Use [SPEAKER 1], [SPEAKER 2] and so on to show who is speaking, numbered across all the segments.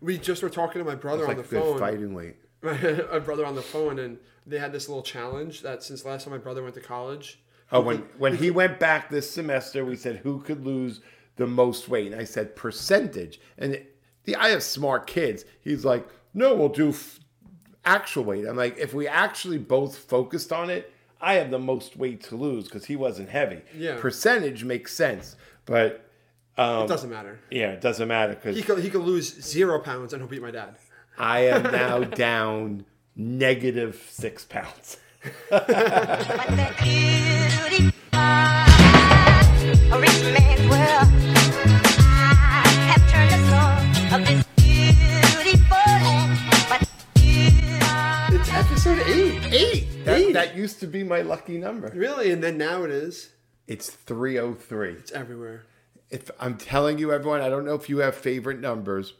[SPEAKER 1] we just were talking to my brother
[SPEAKER 2] It's
[SPEAKER 1] on
[SPEAKER 2] like
[SPEAKER 1] the phone.
[SPEAKER 2] good fighting weight.
[SPEAKER 1] My, my brother on the phone, and they had this little challenge that since last time my brother went to college,
[SPEAKER 2] Oh, when when he went back this semester, we said who could lose the most weight, and I said percentage. And it- the I have smart kids. He's like, no, we'll do f- actual weight. I'm like, if we actually both focused on it, I have the most weight to lose because he wasn't heavy.
[SPEAKER 1] Yeah.
[SPEAKER 2] percentage makes sense, but Um,
[SPEAKER 1] it doesn't matter.
[SPEAKER 2] yeah, it doesn't matter
[SPEAKER 1] He
[SPEAKER 2] because
[SPEAKER 1] could he could lose zero pounds and he'll beat my dad.
[SPEAKER 2] I am now down negative six pounds.
[SPEAKER 3] When the cutie pie, a rich man's world, I have turned the soul of this beautiful land. But you
[SPEAKER 1] It's episode eight, eight,
[SPEAKER 2] That, that used to be my lucky number.
[SPEAKER 1] really, and then now it is.
[SPEAKER 2] It's three oh three.
[SPEAKER 1] It's everywhere.
[SPEAKER 2] if I'm telling you, everyone, I don't know if you have favorite numbers.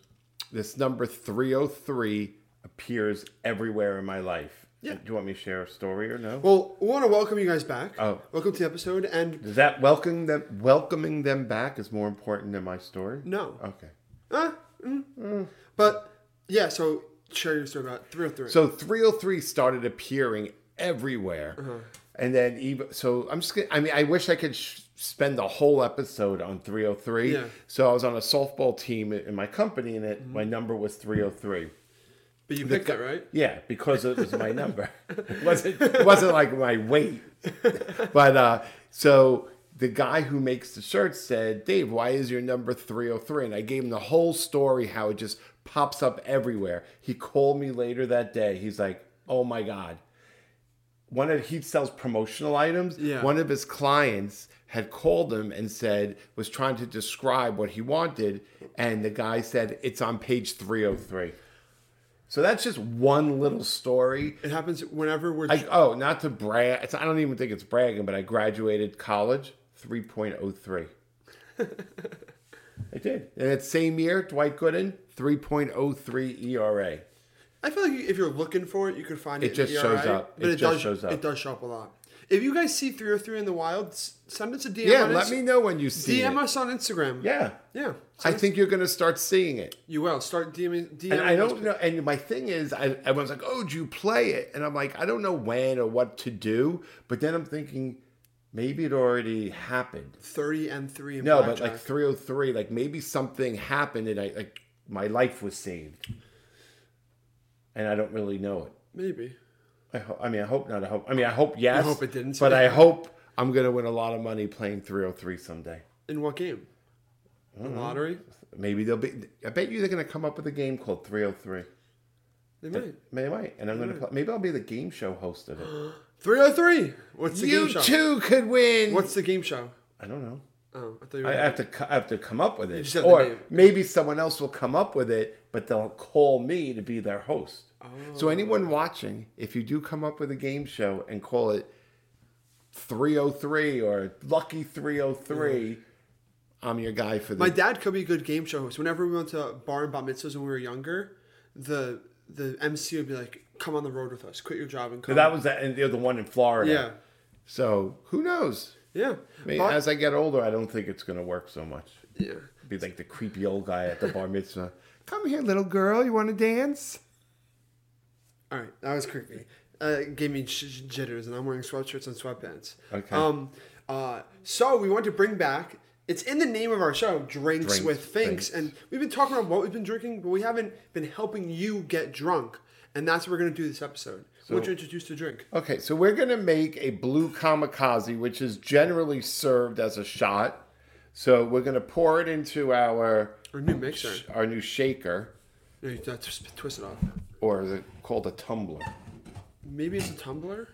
[SPEAKER 2] This number 303 appears everywhere in my life.
[SPEAKER 1] Yeah.
[SPEAKER 2] Do you want me to share a story or no?
[SPEAKER 1] Well, we want to welcome you guys back.
[SPEAKER 2] Oh.
[SPEAKER 1] welcome to the episode, and
[SPEAKER 2] Does that welcome them welcoming them back is more important than my story?
[SPEAKER 1] no,
[SPEAKER 2] Okay.
[SPEAKER 1] but yeah. So share your story about three or three.
[SPEAKER 2] So 303 started appearing everywhere.
[SPEAKER 1] Uh-huh.
[SPEAKER 2] And then even so I'm just gonna, I mean I wish I could sh- spend the whole episode on 303.
[SPEAKER 1] Yeah. Mm-hmm.
[SPEAKER 2] So I was on a softball team in my company and it my number was 303.
[SPEAKER 1] but you picked it right.
[SPEAKER 2] Yeah, because it was my number. it wasn't it wasn't like my weight. But uh so the guy who makes the shirts said, Dave, why is your number 303? And I gave him the whole story how it just pops up everywhere. He called me later that day. He's like, Oh my God. One of he sells promotional items.
[SPEAKER 1] Yeah.
[SPEAKER 2] One of his clients had called him and said was trying to describe what he wanted, and the guy said, It's on page 303. So that's just one little story.
[SPEAKER 1] It happens whenever we're.
[SPEAKER 2] I, oh, not to brag. It's, I don't even think it's bragging, but I graduated college 3.03. I did. And that same year, Dwight Gooden, 3.03 ERA.
[SPEAKER 1] I feel like if you're looking for it, you could find it.
[SPEAKER 2] It
[SPEAKER 1] in
[SPEAKER 2] just
[SPEAKER 1] the
[SPEAKER 2] shows
[SPEAKER 1] ERI,
[SPEAKER 2] up.
[SPEAKER 1] But
[SPEAKER 2] It
[SPEAKER 1] it,
[SPEAKER 2] just
[SPEAKER 1] does,
[SPEAKER 2] shows up.
[SPEAKER 1] It does show up a lot. If you guys see three or three in the wild, s- send us a DM.
[SPEAKER 2] Yeah,
[SPEAKER 1] on
[SPEAKER 2] let
[SPEAKER 1] Inst-
[SPEAKER 2] me know when you see
[SPEAKER 1] DM
[SPEAKER 2] it.
[SPEAKER 1] us on Instagram.
[SPEAKER 2] Yeah.
[SPEAKER 1] yeah.
[SPEAKER 2] I think you're going to start seeing it.
[SPEAKER 1] You will start DMing. DMing
[SPEAKER 2] And I
[SPEAKER 1] those
[SPEAKER 2] don't know. And my thing is, I, everyone's like, "Oh, do you play it?" And I'm like, I don't know when or what to do. But then I'm thinking, maybe it already happened.
[SPEAKER 1] Thirty and three. In
[SPEAKER 2] No, but
[SPEAKER 1] blackjack.
[SPEAKER 2] like 303, like maybe something happened and I like my life was saved. And I don't really know it.
[SPEAKER 1] maybe.
[SPEAKER 2] I, ho- I mean, I hope not. I hope. I mean, I hope yes.
[SPEAKER 1] hope it didn't
[SPEAKER 2] But
[SPEAKER 1] save
[SPEAKER 2] I
[SPEAKER 1] you.
[SPEAKER 2] hope I'm gonna win a lot of money playing 303 someday.
[SPEAKER 1] In what game? The
[SPEAKER 2] Mm-hmm.
[SPEAKER 1] lottery.
[SPEAKER 2] Maybe they'll be. I bet you they're gonna come up with a game called 303.
[SPEAKER 1] They might.
[SPEAKER 2] Maybe might, and I'm gonna.
[SPEAKER 1] Mm.
[SPEAKER 2] Play, maybe I'll be the game show host of it.
[SPEAKER 1] Three oh three. What's the
[SPEAKER 2] you
[SPEAKER 1] game show?
[SPEAKER 2] too could win.
[SPEAKER 1] What's the game show?
[SPEAKER 2] I don't know.
[SPEAKER 1] Oh, I thought you were
[SPEAKER 2] I have to co- I have to come up with it,
[SPEAKER 1] just have the
[SPEAKER 2] or
[SPEAKER 1] name.
[SPEAKER 2] maybe someone else will come up with it, but they'll call me to be their host. So anyone watching, if you do come up with a game show and call it 303 or Lucky 303, I'm your guy for the.
[SPEAKER 1] My dad could be a good game show host. Whenever we went to bar and bat mitzvahs when we were younger, the the MC would be like, "Come on the road with us. Quit your job and come."
[SPEAKER 2] that was that, and they're the one in Florida.
[SPEAKER 1] yeah,
[SPEAKER 2] So who knows?
[SPEAKER 1] yeah.
[SPEAKER 2] I mean,
[SPEAKER 1] Bar-
[SPEAKER 2] as I get older, I don't think it's going to work so much.
[SPEAKER 1] yeah.
[SPEAKER 2] Be like the creepy old guy at the bar mitzvah. Come here, little girl. You want to dance?
[SPEAKER 1] All right, that was creepy. Uh, it gave me j- j- jitters, and I'm wearing sweatshirts and sweatpants.
[SPEAKER 2] Okay.
[SPEAKER 1] Um. Uh. So we want to bring back. It's in the name of our show, Drinks,
[SPEAKER 2] Drinks,
[SPEAKER 1] with Finks,
[SPEAKER 2] Finks.
[SPEAKER 1] and we've been talking about what we've been drinking, but we haven't been helping you get drunk, and that's what we're gonna do this episode. we want you to introduce the drink.
[SPEAKER 2] Okay, so we're gonna make a blue kamikaze, which is generally served as a shot. So we're gonna pour it into our
[SPEAKER 1] Our new mixer.
[SPEAKER 2] our new shaker,
[SPEAKER 1] No, you got to sp- twist it off.
[SPEAKER 2] or is it called a tumbler?
[SPEAKER 1] Maybe it's a Tumblr.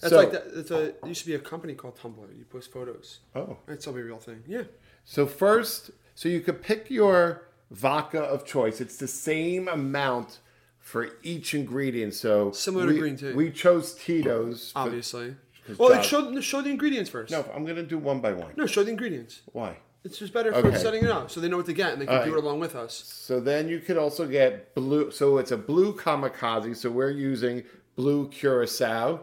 [SPEAKER 1] That's
[SPEAKER 2] So-
[SPEAKER 1] like that. That's a it used to be a company called Tumblr. You post photos.
[SPEAKER 2] Oh.
[SPEAKER 1] it's probably a real thing. Yeah,
[SPEAKER 2] So first, so you could pick your vodka of choice. It's the same amount for each ingredient. So
[SPEAKER 1] Similar to
[SPEAKER 2] we,
[SPEAKER 1] green tea.
[SPEAKER 2] We chose Tito's. but-
[SPEAKER 1] obviously. Well,
[SPEAKER 2] job-
[SPEAKER 1] it showed show the ingredients first.
[SPEAKER 2] no, I'm gonna do one by one.
[SPEAKER 1] no, show the ingredients.
[SPEAKER 2] Why?
[SPEAKER 1] It's just better
[SPEAKER 2] Okay.
[SPEAKER 1] for setting it up so they know what to get and they can do
[SPEAKER 2] right.
[SPEAKER 1] it along with us.
[SPEAKER 2] So then you could also get blue. So it's a blue kamikaze. So we're using blue curacao.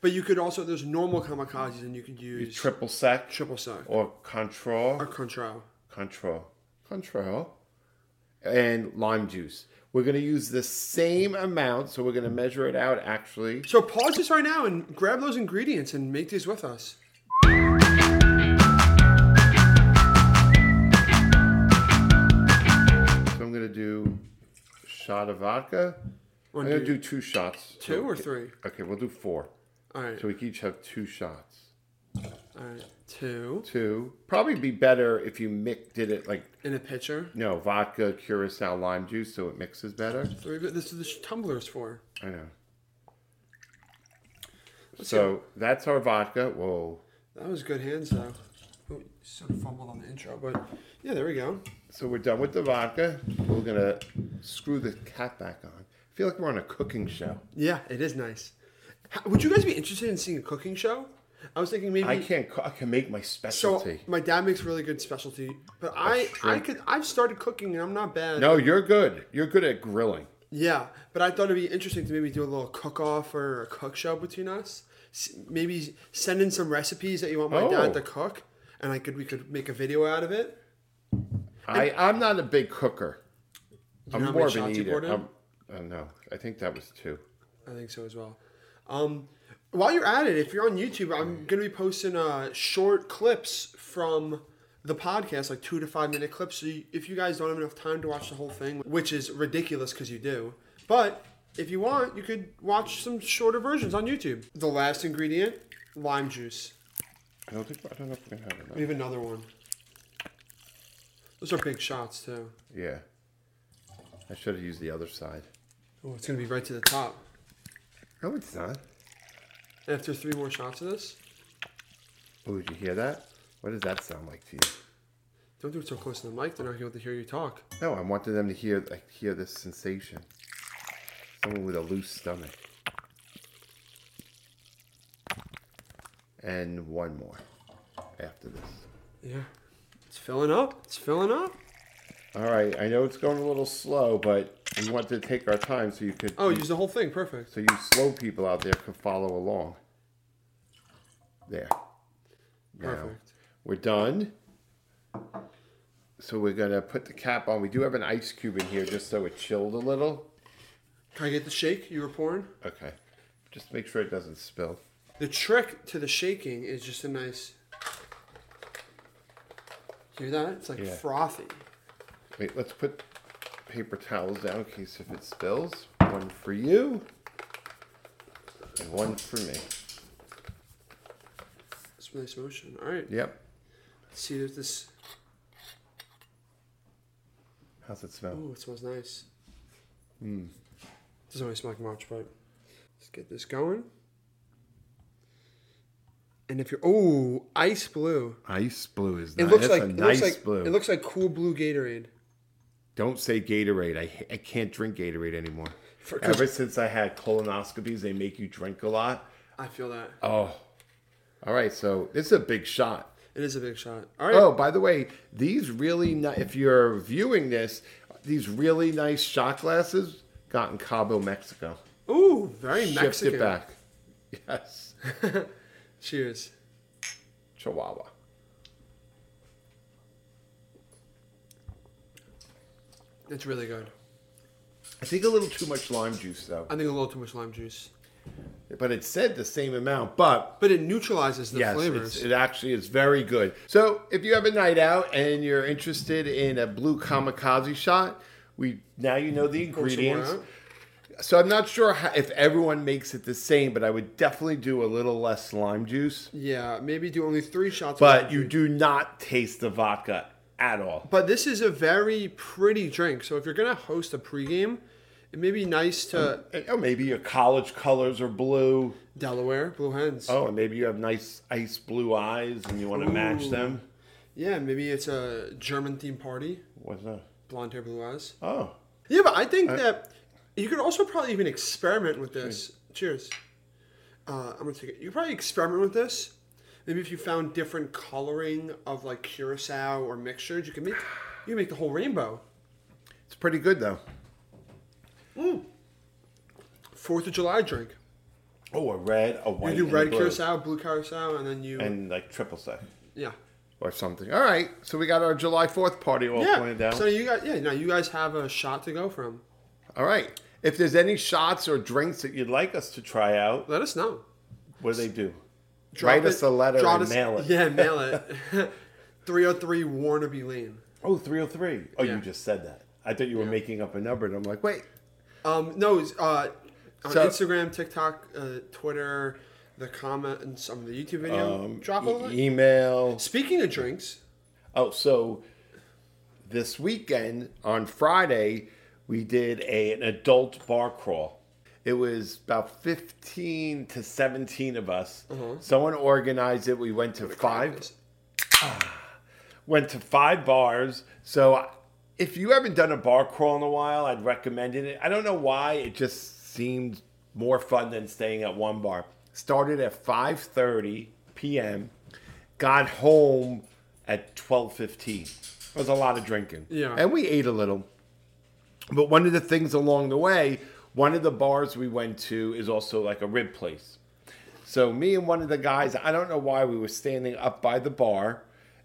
[SPEAKER 1] But you could also there's normal kamikazes and you could use
[SPEAKER 2] triple sec
[SPEAKER 1] triple sec
[SPEAKER 2] or control
[SPEAKER 1] or control.
[SPEAKER 2] control control and lime juice. We're going to use the same amount, so we're going to measure it out actually.
[SPEAKER 1] So pause this right now and grab those ingredients and make these with us.
[SPEAKER 2] So I'm going to do a shot of vodka. I'm going to do two shots.
[SPEAKER 1] Two or
[SPEAKER 2] Okay.
[SPEAKER 1] three?
[SPEAKER 2] Okay, we'll do four.
[SPEAKER 1] All right.
[SPEAKER 2] So we each have two shots.
[SPEAKER 1] All right. Two
[SPEAKER 2] Two. Probably be better if you mix did it like
[SPEAKER 1] in a pitcher.
[SPEAKER 2] no vodka, curacao, lime juice, so it mixes better.
[SPEAKER 1] Three. But this is the tumblers for.
[SPEAKER 2] I know. So that's our vodka. Whoa.
[SPEAKER 1] That was good hands though. Oh, sort of fumbled on the intro, but yeah, there we go.
[SPEAKER 2] So we're done with the vodka. We're gonna screw the cap back on. I feel like we're on a cooking show.
[SPEAKER 1] Yeah, it is nice. How, would you guys be interested in seeing a cooking show? I was thinking maybe.
[SPEAKER 2] I can't. cook. I can make my
[SPEAKER 1] Mm. So
[SPEAKER 2] specialty.
[SPEAKER 1] my dad makes really good specialty, but I I
[SPEAKER 2] shrimp.
[SPEAKER 1] could I've started cooking and I'm not bad.
[SPEAKER 2] no, you're good. You're good at grilling.
[SPEAKER 1] Yeah, but I thought it'd be interesting to maybe do a little cook off or a cook show between us. S- maybe send in some recipes that you want my
[SPEAKER 2] Oh.
[SPEAKER 1] dad to cook, and I could we could make a video out of it.
[SPEAKER 2] I, I'm not a big cooker. I'm
[SPEAKER 1] know how
[SPEAKER 2] more
[SPEAKER 1] many
[SPEAKER 2] of an
[SPEAKER 1] shots you
[SPEAKER 2] eater.
[SPEAKER 1] poured in?
[SPEAKER 2] I'm, uh, no, I think that was two.
[SPEAKER 1] I think so as well. Um, while you're at it, if you're on YouTube, I'm gonna be posting uh, short clips from the podcast, like two to five minute clips. So you, if you guys don't have enough time to watch the whole thing, which is ridiculous because you do, but if you want, you could watch some shorter versions on YouTube. The last ingredient, lime juice.
[SPEAKER 2] I don't think. I don't know if we're gonna have
[SPEAKER 1] We
[SPEAKER 2] enough.
[SPEAKER 1] have another one. Those are big shots too.
[SPEAKER 2] Yeah. I should have used the other side.
[SPEAKER 1] Oh, it's gonna be right to the top.
[SPEAKER 2] No, it's not.
[SPEAKER 1] And after three more shots of this,
[SPEAKER 2] Oh, did you hear that? What does that sound like to you?
[SPEAKER 1] don't do it so close to the mic. They're not going to hear you talk.
[SPEAKER 2] No, I wanted them to hear like hear this sensation. Someone with a loose stomach. And one more after this.
[SPEAKER 1] Yeah. It's filling up. It's filling up.
[SPEAKER 2] All right, I know it's going a little slow, but we want to take our time so you could
[SPEAKER 1] Oh, use the whole thing. Perfect.
[SPEAKER 2] so you slow people out there could follow along. There. Now,
[SPEAKER 1] Perfect.
[SPEAKER 2] We're done. So we're gonna put the cap on. We do have an ice cube in here just so it chilled a little.
[SPEAKER 1] Can I get the shake you were pouring?
[SPEAKER 2] Okay. Just make sure it doesn't spill.
[SPEAKER 1] The trick to the shaking is just a nice. Hear that? It's like
[SPEAKER 2] Yeah.
[SPEAKER 1] frothy.
[SPEAKER 2] Wait, let's put paper towels down in case if it spills. One for you and one for me.
[SPEAKER 1] It's nice motion. All right.
[SPEAKER 2] Yep.
[SPEAKER 1] Let's see if this.
[SPEAKER 2] How's it smell?
[SPEAKER 1] Oh, it smells nice.
[SPEAKER 2] Hmm.
[SPEAKER 1] Mmm. Doesn't really smell like much, but let's get this going. And if you're oh ice blue,
[SPEAKER 2] Ice blue is
[SPEAKER 1] it
[SPEAKER 2] nice.
[SPEAKER 1] looks
[SPEAKER 2] That's
[SPEAKER 1] like
[SPEAKER 2] a
[SPEAKER 1] it
[SPEAKER 2] nice
[SPEAKER 1] looks like
[SPEAKER 2] blue.
[SPEAKER 1] it looks like cool blue Gatorade.
[SPEAKER 2] Don't say Gatorade. I, ha- I can't drink Gatorade anymore.
[SPEAKER 1] For- 'cause-
[SPEAKER 2] Ever since I had colonoscopies, they make you drink a lot.
[SPEAKER 1] I feel that
[SPEAKER 2] Oh. All right, so this is a big shot.
[SPEAKER 1] it is a big shot. All right,
[SPEAKER 2] Oh, by the way, these really ni- if you're viewing this, these really nice shot glasses got in Cabo, Mexico.
[SPEAKER 1] ooh, very Mexican.
[SPEAKER 2] Shipped Oh. it back. Yes.
[SPEAKER 1] Cheers.
[SPEAKER 2] Chihuahua.
[SPEAKER 1] It's really good.
[SPEAKER 2] I think a little too much lime juice though.
[SPEAKER 1] I think a little too much lime juice,
[SPEAKER 2] But it said the same amount, but
[SPEAKER 1] but it neutralizes the
[SPEAKER 2] yes,
[SPEAKER 1] flavors.
[SPEAKER 2] it's- it actually is very good. So if you have a night out and you're interested in a blue kamikaze shot, we now you know the
[SPEAKER 1] Put some more
[SPEAKER 2] ingredients.
[SPEAKER 1] out.
[SPEAKER 2] So I'm not sure how, if everyone makes it the same, but I would definitely do a little less lime juice.
[SPEAKER 1] Yeah, maybe do only three shots. of lime
[SPEAKER 2] But you
[SPEAKER 1] juice.
[SPEAKER 2] do not taste the vodka at all.
[SPEAKER 1] But this is a very pretty drink. So if you're gonna host a pregame, it may be nice to
[SPEAKER 2] Or oh, maybe your college colors are blue.
[SPEAKER 1] Delaware Blue Hens.
[SPEAKER 2] Oh, and maybe you have nice ice blue eyes and you want to match them.
[SPEAKER 1] Yeah, maybe it's a German themed party.
[SPEAKER 2] What's that?
[SPEAKER 1] Blonde hair, blue eyes.
[SPEAKER 2] Oh,
[SPEAKER 1] Yeah, but I think that you could also probably even experiment with
[SPEAKER 2] Hmm.
[SPEAKER 1] this. Cheers. Uh, I'm gonna take it. You could probably experiment with this. Maybe if you found different coloring of like curacao or mixtures, you can make you can make the whole rainbow.
[SPEAKER 2] it's pretty good though.
[SPEAKER 1] Fourth of July drink.
[SPEAKER 2] Oh, a red, a white.
[SPEAKER 1] You do
[SPEAKER 2] and
[SPEAKER 1] red
[SPEAKER 2] blue.
[SPEAKER 1] curacao, blue curacao, and then you
[SPEAKER 2] and like triple sec.
[SPEAKER 1] yeah.
[SPEAKER 2] or something. All right, so we got our July Fourth party all planned
[SPEAKER 1] Yeah.
[SPEAKER 2] out.
[SPEAKER 1] So you guys, yeah, now you guys have a shot to go from.
[SPEAKER 2] all right, if there's any shots or drinks that you'd like us to try out,
[SPEAKER 1] Let us know.
[SPEAKER 2] what do they do?
[SPEAKER 1] Drop
[SPEAKER 2] Write us a letter
[SPEAKER 1] drop
[SPEAKER 2] and mail it.
[SPEAKER 1] Yeah, mail it. 303 Warnaby Lane.
[SPEAKER 2] Oh, 303. Oh,
[SPEAKER 1] Yeah.
[SPEAKER 2] you just said that. I thought you were making up a number, and I'm like, wait.
[SPEAKER 1] Um, no, it's, uh, on
[SPEAKER 2] So-
[SPEAKER 1] Instagram, TikTok, uh, Twitter, the comment, and some of the YouTube video.
[SPEAKER 2] Um,
[SPEAKER 1] drop a
[SPEAKER 2] e-
[SPEAKER 1] line.
[SPEAKER 2] email.
[SPEAKER 1] Speaking of drinks,
[SPEAKER 2] Oh, so this weekend on Friday, we did a, an adult bar crawl. It was about 15 to 17 of us. Someone organized it. We went to five
[SPEAKER 1] is-
[SPEAKER 2] went to five bars. So if you haven't done a bar crawl in a while, I'd recommend it. I don't know why it just seemed more fun than staying at one bar. Started at 5:30 p.m. Got home at 12:15. There was a lot of drinking.
[SPEAKER 1] Yeah.
[SPEAKER 2] And we ate a little. But one of the things along the way, one of the bars we went to is also like a rib place. So me and one of the guys, I don't know why we were standing up by the bar,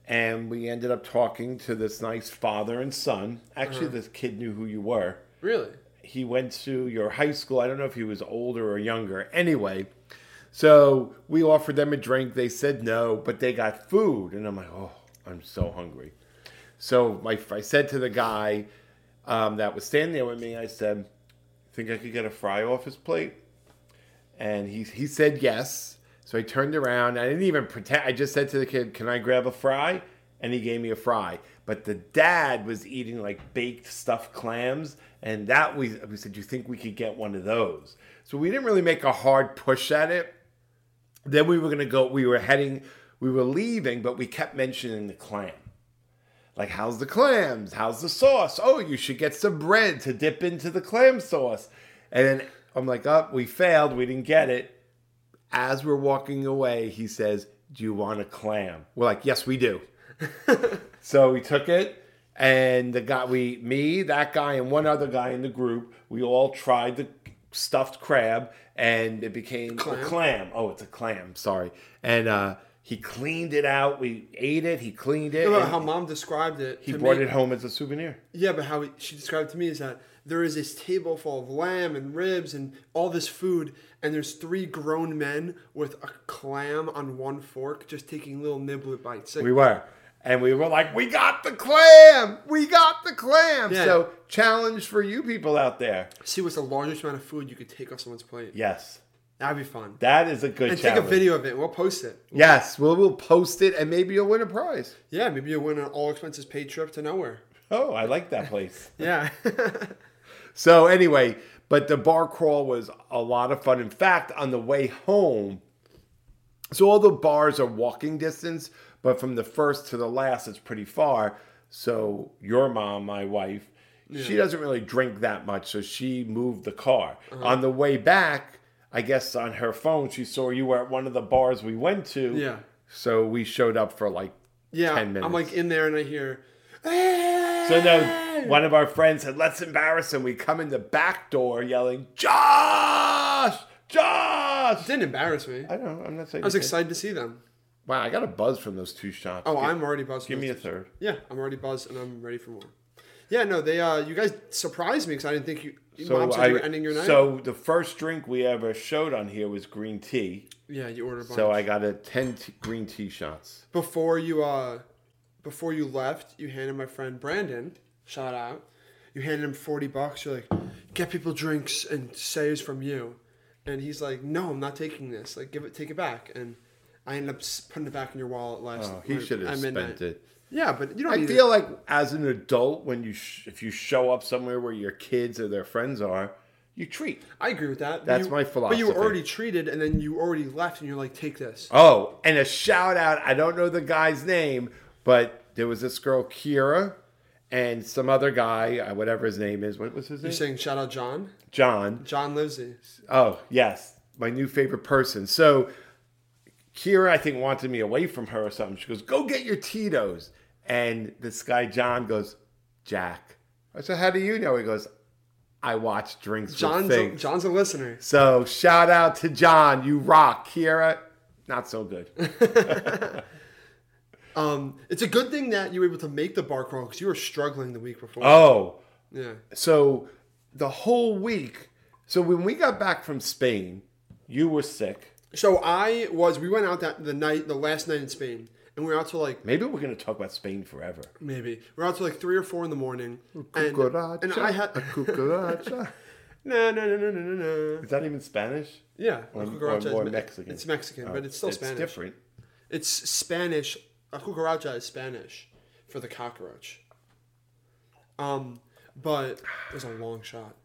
[SPEAKER 2] and we ended up talking to this nice father and son. Actually, this kid knew who you were.
[SPEAKER 1] really?
[SPEAKER 2] He went to your high school. I don't know if he was older or younger. Anyway, so we offered them a drink. They said no, but they got food, and I'm like, oh, I'm so hungry. So my, I said to the guy um, that was standing there with me, I said, "Think I could get a fry off his plate?" And he he said yes. So I turned around. I didn't even pretend. I just said to the kid, "Can I grab a fry?" And he gave me a fry. But the dad was eating like baked stuffed clams, and that we we said, "Do you think we could get one of those?" So we didn't really make a hard push at it. Then we were gonna go. We were heading. We were leaving, but we kept mentioning the clam. Like, how's the clams? How's the sauce? Oh, you should get some bread to dip into the clam sauce. And then I'm like, oh, we failed. We didn't get it. As we're walking away, he says, Do you want a clam? We're like, Yes, we do. so we took it. And the guy, we, me, that guy, and one other guy in the group, we all tried the stuffed crab, and it became
[SPEAKER 1] Clam?
[SPEAKER 2] a clam. Oh, it's a clam. Sorry. And uh, he cleaned it out. We ate it. He cleaned it.
[SPEAKER 1] About
[SPEAKER 2] and-
[SPEAKER 1] how mom described it.
[SPEAKER 2] he
[SPEAKER 1] to
[SPEAKER 2] brought
[SPEAKER 1] me-
[SPEAKER 2] it home as a souvenir.
[SPEAKER 1] Yeah, but how she described to me is that there is this table full of lamb and ribs and all this food, and there's three grown men with a clam on one fork just taking little niblet bites. Like,
[SPEAKER 2] We were. And we were like, we got the clam! We got the clam!
[SPEAKER 1] Yeah.
[SPEAKER 2] So, challenge for you people out there.
[SPEAKER 1] see what's the largest amount of food you could take off someone's plate.
[SPEAKER 2] Yes,
[SPEAKER 1] That'd be fun.
[SPEAKER 2] that is a good
[SPEAKER 1] and
[SPEAKER 2] challenge.
[SPEAKER 1] take a video of it. We'll post it.
[SPEAKER 2] Yes, we'll, we'll post it and maybe you'll win a prize.
[SPEAKER 1] Yeah, maybe you'll win an all expenses paid trip to nowhere.
[SPEAKER 2] Oh, I like that place.
[SPEAKER 1] Yeah.
[SPEAKER 2] So anyway, but the bar crawl was a lot of fun. In fact, on the way home, so all the bars are walking distance, but from the first to the last, it's pretty far. So your mom, my wife, she doesn't really drink that much, so she moved the car. On the way back, I guess on her phone, she saw you were at one of the bars we went to.
[SPEAKER 1] Yeah.
[SPEAKER 2] So we showed up for like
[SPEAKER 1] yeah.
[SPEAKER 2] 10 minutes.
[SPEAKER 1] I'm like in there and I hear, "Ah!"
[SPEAKER 2] So now one of our friends said, let's embarrass him. We come in the back door yelling, Josh! Josh!
[SPEAKER 1] didn't embarrass me.
[SPEAKER 2] I
[SPEAKER 1] I
[SPEAKER 2] don't know. I'm not saying.
[SPEAKER 1] was excited to see them.
[SPEAKER 2] Wow, I got a buzz from those two shots.
[SPEAKER 1] Oh,
[SPEAKER 2] Give-
[SPEAKER 1] I'm already buzzed.
[SPEAKER 2] Give
[SPEAKER 1] with
[SPEAKER 2] me a
[SPEAKER 1] this.
[SPEAKER 2] third.
[SPEAKER 1] Yeah, I'm already buzzed and I'm ready for more. Yeah, no, they uh you guys surprised me because I didn't think you
[SPEAKER 2] So,
[SPEAKER 1] mom said
[SPEAKER 2] I,
[SPEAKER 1] you were ending your night.
[SPEAKER 2] so the first drink we ever showed on here was green tea.
[SPEAKER 1] yeah, you ordered a bunch.
[SPEAKER 2] So I got a 10 t- green tea shots.
[SPEAKER 1] before you uh before you left, you handed my friend Brandon, shout out. You handed him forty bucks, you're like, get people drinks and say it's from you. And he's like, No, I'm not taking this. Like give it take it back and I ended up s- putting it back in your wallet last
[SPEAKER 2] Oh, he
[SPEAKER 1] at
[SPEAKER 2] should have
[SPEAKER 1] midnight.
[SPEAKER 2] spent it.
[SPEAKER 1] Yeah, but you don't
[SPEAKER 2] I
[SPEAKER 1] need
[SPEAKER 2] feel like as an adult, when you sh- if you show up somewhere where your kids or their friends are, you treat.
[SPEAKER 1] I agree with that.
[SPEAKER 2] That's
[SPEAKER 1] You-
[SPEAKER 2] my
[SPEAKER 1] But you were
[SPEAKER 2] philosophy.
[SPEAKER 1] already treated, and then you already left, and you're like, "Take this."
[SPEAKER 2] Oh, and a shout out. I don't know the guy's name, but there was this girl, Kira, and some other guy, uh, whatever his name is. What was his name?
[SPEAKER 1] You're saying shout out John,
[SPEAKER 2] John.
[SPEAKER 1] John Livesey.
[SPEAKER 2] Oh, yes. My new favorite person. So Kira, I think, wanted me away from her or something. She goes, Go get your Tito's. And this guy, John, goes, Jack. I said, How do you know? He goes, I watch drinks.
[SPEAKER 1] John's
[SPEAKER 2] with
[SPEAKER 1] a,
[SPEAKER 2] Figs."
[SPEAKER 1] John's a listener.
[SPEAKER 2] So shout out to John. You rock, Kira. Not so good.
[SPEAKER 1] Um, it's a good thing that you were able to make the bar crawl because you were struggling the week before.
[SPEAKER 2] Oh,
[SPEAKER 1] Yeah.
[SPEAKER 2] so the whole week. So when we got back from Spain, you were sick.
[SPEAKER 1] So I was. We went out that the night, the last night in Spain, and we were out till like
[SPEAKER 2] Maybe we're gonna talk about Spain forever.
[SPEAKER 1] maybe we were out till like three or four in the morning. And,
[SPEAKER 2] Cucaracha,
[SPEAKER 1] and I had
[SPEAKER 2] a cucaracha.
[SPEAKER 1] no no no no no no no.
[SPEAKER 2] Is that even Spanish?
[SPEAKER 1] Yeah,
[SPEAKER 2] Or,
[SPEAKER 1] a
[SPEAKER 2] or
[SPEAKER 1] cucaracha is
[SPEAKER 2] more
[SPEAKER 1] Me-
[SPEAKER 2] Mexican.
[SPEAKER 1] It's Mexican,
[SPEAKER 2] Oh,
[SPEAKER 1] but it's still Spanish.
[SPEAKER 2] different.
[SPEAKER 1] It's Spanish. A cucaracha is Spanish for the cockroach. Um, but it was a long shot.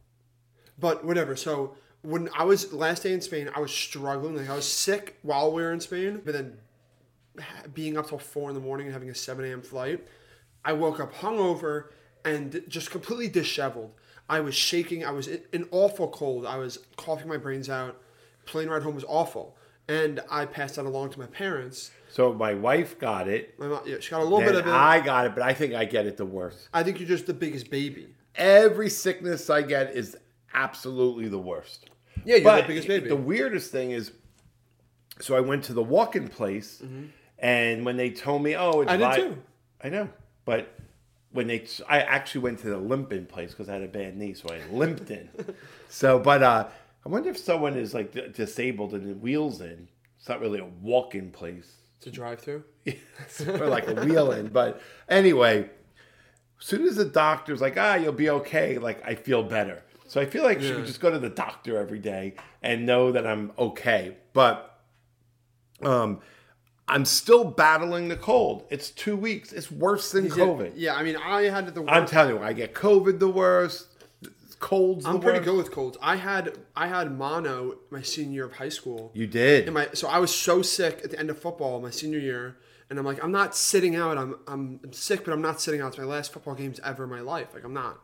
[SPEAKER 1] But whatever. So when I was last day in Spain, I was struggling. Like I was sick while we were in Spain, but then ha- being up till four in the morning and having a seven a.m. flight, I woke up hungover and just completely disheveled. I was shaking. I was in an awful cold. I was coughing my brains out. Plane ride home was awful, and I passed that along to my parents.
[SPEAKER 2] So my wife got it,
[SPEAKER 1] My mom, yeah, she got a little bit
[SPEAKER 2] and
[SPEAKER 1] of it.
[SPEAKER 2] I got it, but I think I get it the worst.
[SPEAKER 1] I think you're just the biggest baby.
[SPEAKER 2] Every sickness I get is absolutely the worst.
[SPEAKER 1] Yeah, you're
[SPEAKER 2] But
[SPEAKER 1] the biggest baby.
[SPEAKER 2] The weirdest thing is, so I went to the walk-in place, and when they told me, "Oh, it's
[SPEAKER 1] Mm-hmm. I did
[SPEAKER 2] vi-
[SPEAKER 1] too.
[SPEAKER 2] I know, but when they, I actually went to the limping place because I had a bad knee, so I limped in. so, but uh, I wonder if someone is like d- disabled and the wheels in. It's not really a walk-in place
[SPEAKER 1] to drive through.
[SPEAKER 2] or like a wheel in, but anyway, as soon as the doctor's like, "Ah, you'll be okay," like I feel better. So I feel like she
[SPEAKER 1] Yeah.
[SPEAKER 2] could just go to the doctor every day and know that I'm okay. But um, I'm still battling the cold. It's two weeks. It's worse than COVID.
[SPEAKER 1] Yeah, I mean, I had the worst.
[SPEAKER 2] I'm
[SPEAKER 1] I'm,
[SPEAKER 2] telling you, I get COVID the worst. Colds. the
[SPEAKER 1] pretty
[SPEAKER 2] worst.
[SPEAKER 1] good with colds. I had I had mono my senior year of high school.
[SPEAKER 2] You did.
[SPEAKER 1] And my so I was so sick at the end of football my senior year, and I'm like, I'm not sitting out. I'm I'm, I'm sick, but I'm not sitting out. It's my last football games ever in my life. Like I'm not.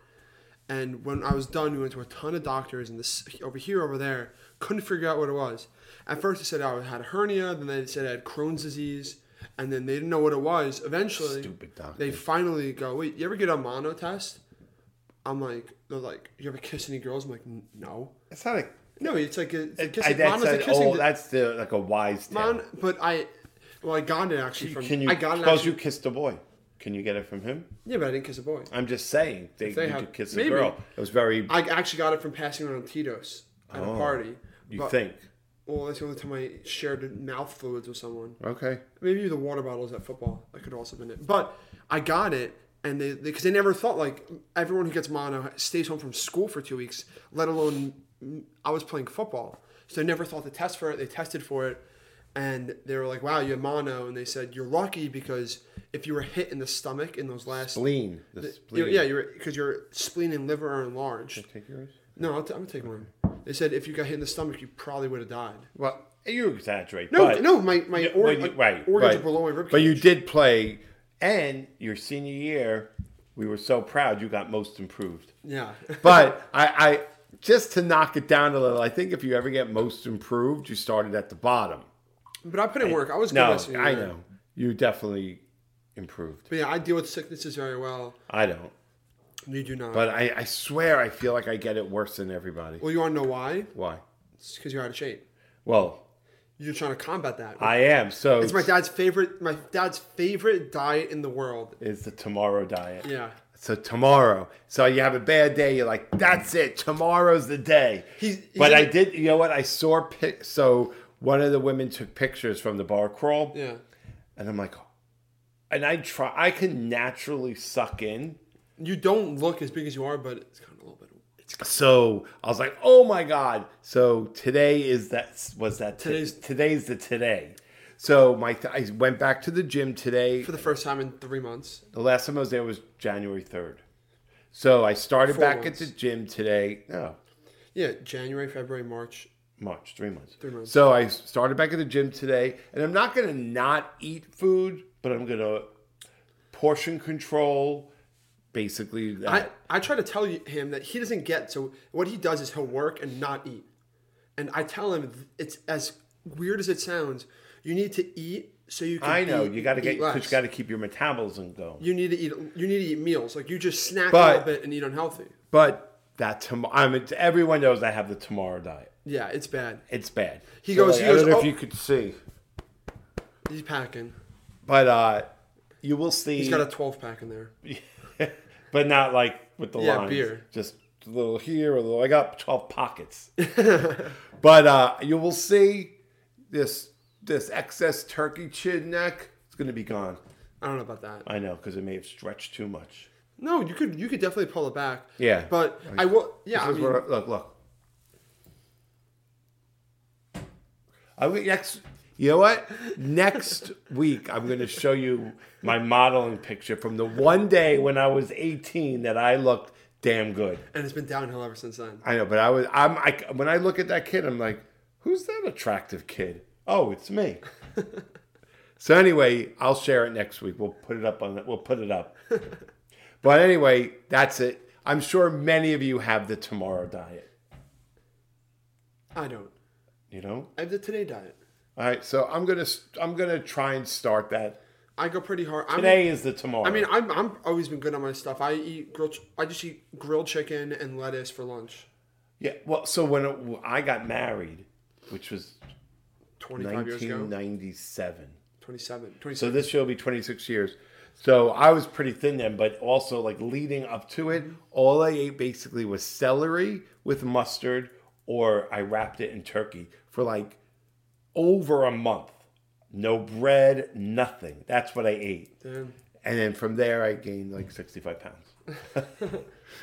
[SPEAKER 1] And when I was done, we went to a ton of doctors and this over here, over there, couldn't figure out what it was. At first, they said I had a hernia. Then they said I had Crohn's disease, and then they didn't know what it was. Eventually,
[SPEAKER 2] Stupid doctors.
[SPEAKER 1] They finally go, wait, you ever get a mono test? I'm like, they're like, you ever kiss any girls? I'm like, "N- no.
[SPEAKER 2] It's not a.
[SPEAKER 1] No, it's like a, it's a
[SPEAKER 2] I,
[SPEAKER 1] kissing.
[SPEAKER 2] that's,
[SPEAKER 1] mono's a
[SPEAKER 2] an
[SPEAKER 1] kissing
[SPEAKER 2] old-
[SPEAKER 1] di-
[SPEAKER 2] that's the like a wise tale.
[SPEAKER 1] Mon, but I, well, I got it actually from.
[SPEAKER 2] Can you?
[SPEAKER 1] I got it
[SPEAKER 2] suppose
[SPEAKER 1] actually.
[SPEAKER 2] you kissed a boy. Can you get it from him?
[SPEAKER 1] yeah, but I didn't kiss a boy.
[SPEAKER 2] I'm just saying they,
[SPEAKER 1] they
[SPEAKER 2] you
[SPEAKER 1] have-
[SPEAKER 2] could kiss a
[SPEAKER 1] maybe.
[SPEAKER 2] girl. It was very.
[SPEAKER 1] I actually got it from passing around Tito's at a party.
[SPEAKER 2] Oh. you
[SPEAKER 1] but-
[SPEAKER 2] think?
[SPEAKER 1] Well, that's the only time I shared mouth fluids with someone.
[SPEAKER 2] Okay.
[SPEAKER 1] Maybe the water bottles at football. That could also been it. But I got it, and they because they, never thought like everyone who gets mono stays home from school for two weeks, let alone I was playing football, so they never thought to test for it. They tested for it, and they were like, "Wow, you have mono," and they said you're lucky because if you were hit in the stomach in those last
[SPEAKER 2] Spleen. The
[SPEAKER 1] You-
[SPEAKER 2] spleen.
[SPEAKER 1] yeah, you're because your spleen and liver are enlarged.
[SPEAKER 2] Take yours.
[SPEAKER 1] No, I'll t- I'm gonna take one. They said if you got hit in the stomach, you probably would have died.
[SPEAKER 2] Well, you exaggerate.
[SPEAKER 1] No,
[SPEAKER 2] but-
[SPEAKER 1] no, my my,
[SPEAKER 2] Yeah,
[SPEAKER 1] or-
[SPEAKER 2] when you-
[SPEAKER 1] my
[SPEAKER 2] right,
[SPEAKER 1] organs
[SPEAKER 2] right.
[SPEAKER 1] are below my ribcage.
[SPEAKER 2] But you did play, and your senior year, we were so proud you got most improved.
[SPEAKER 1] yeah.
[SPEAKER 2] But I, I just to knock it down a little. I think if you ever get most improved, you started at the bottom.
[SPEAKER 1] But I put in work. I was good
[SPEAKER 2] No,
[SPEAKER 1] last year.
[SPEAKER 2] I know you definitely improved.
[SPEAKER 1] But yeah, I deal with sicknesses very well.
[SPEAKER 2] I don't.
[SPEAKER 1] You do not.
[SPEAKER 2] But I, I swear, I feel like I get it worse than everybody.
[SPEAKER 1] well, you want to know why?
[SPEAKER 2] Why?
[SPEAKER 1] It's because you're out of shape.
[SPEAKER 2] Well,
[SPEAKER 1] You're trying to combat that.
[SPEAKER 2] I am. So
[SPEAKER 1] it's my dad's favorite. My dad's favorite diet in the world.
[SPEAKER 2] It's the tomorrow diet.
[SPEAKER 1] Yeah.
[SPEAKER 2] So tomorrow. So you have a bad day. You're like, that's it. Tomorrow's the day.
[SPEAKER 1] He's- he's
[SPEAKER 2] but
[SPEAKER 1] in
[SPEAKER 2] I
[SPEAKER 1] the-
[SPEAKER 2] did. You know what? I saw pic. So one of the women took pictures from the bar crawl.
[SPEAKER 1] Yeah.
[SPEAKER 2] And I'm like, and I try. I can naturally suck in.
[SPEAKER 1] You don't look as big as you are, but it's kind of a little bit. It's
[SPEAKER 2] So I was like, oh my god. So today is that was that t-
[SPEAKER 1] Today's-
[SPEAKER 2] today's the today. So my th- I went back to the gym today.
[SPEAKER 1] for the first time in three months.
[SPEAKER 2] The last time I was there was January 3rd. So I started
[SPEAKER 1] Four
[SPEAKER 2] back
[SPEAKER 1] months.
[SPEAKER 2] at the gym today. No,
[SPEAKER 1] Yeah, January, February, March.
[SPEAKER 2] March, three months. Three
[SPEAKER 1] months.
[SPEAKER 2] So I started back at the gym today, and I'm not going to not eat food, but I'm going to portion control, basically. That.
[SPEAKER 1] I, I try to tell you- him that he doesn't get. So what he does is he'll work and not eat. And I tell him th- it's as weird as it sounds. You need to eat so you can.
[SPEAKER 2] I know
[SPEAKER 1] eat-
[SPEAKER 2] you got to
[SPEAKER 1] eat
[SPEAKER 2] get, cause you
[SPEAKER 1] less.
[SPEAKER 2] got to keep your metabolism going.
[SPEAKER 1] You need to eat. You need to eat meals. Like you just snack
[SPEAKER 2] But-
[SPEAKER 1] a little bit and eat unhealthy.
[SPEAKER 2] but that tomorrow, I mean, everyone knows I have the tomorrow diet.
[SPEAKER 1] Yeah, it's bad.
[SPEAKER 2] It's bad.
[SPEAKER 1] He goes- he
[SPEAKER 2] I don't
[SPEAKER 1] goes,
[SPEAKER 2] know
[SPEAKER 1] "Oh."
[SPEAKER 2] if you could see,
[SPEAKER 1] He's packing.
[SPEAKER 2] but uh, you will see.
[SPEAKER 1] He's got a 12 pack in there.
[SPEAKER 2] but not like with the
[SPEAKER 1] Yeah,
[SPEAKER 2] lines.
[SPEAKER 1] beer.
[SPEAKER 2] Just a little here, a little. I got twelve pockets. but uh, you will see this this excess turkey chin neck. It's going to be gone.
[SPEAKER 1] I don't know about that.
[SPEAKER 2] I know because it may have stretched too much.
[SPEAKER 1] No, you could you could definitely pull it back.
[SPEAKER 2] Yeah.
[SPEAKER 1] But I will. Yeah. I
[SPEAKER 2] This is
[SPEAKER 1] mean,
[SPEAKER 2] where- look, look. I would- next, you know what? Next week, I'm going to show you my modeling picture from the one day when I was 18 that I looked damn good.
[SPEAKER 1] and it's been downhill ever since then.
[SPEAKER 2] I know, but I was I'm I when I look at that kid, I'm like, who's that attractive kid? Oh, it's me. so anyway, I'll share it next week. We'll put it up on we'll put it up. but anyway, that's it. I'm sure many of you have the tomorrow diet.
[SPEAKER 1] I don't.
[SPEAKER 2] You know.
[SPEAKER 1] I have the today diet.
[SPEAKER 2] All right, so I'm gonna I'm gonna try and start that.
[SPEAKER 1] I go pretty hard. I'm,
[SPEAKER 2] Today is the tomorrow.
[SPEAKER 1] I mean, I'm I'm always been good on my stuff. I eat grilled. ch- I just eat grilled chicken and lettuce for lunch.
[SPEAKER 2] yeah. Well, so when it, I got married, which was
[SPEAKER 1] 25 years ago.
[SPEAKER 2] 1997.
[SPEAKER 1] 27.
[SPEAKER 2] So
[SPEAKER 1] 27.
[SPEAKER 2] this show will be 26 years. So I was pretty thin then, but also like leading up to it, all I ate basically was celery with mustard, or I wrapped it in turkey for like over a month. No bread, nothing. That's what I ate.
[SPEAKER 1] Damn.
[SPEAKER 2] And then from there, I gained like 65 pounds.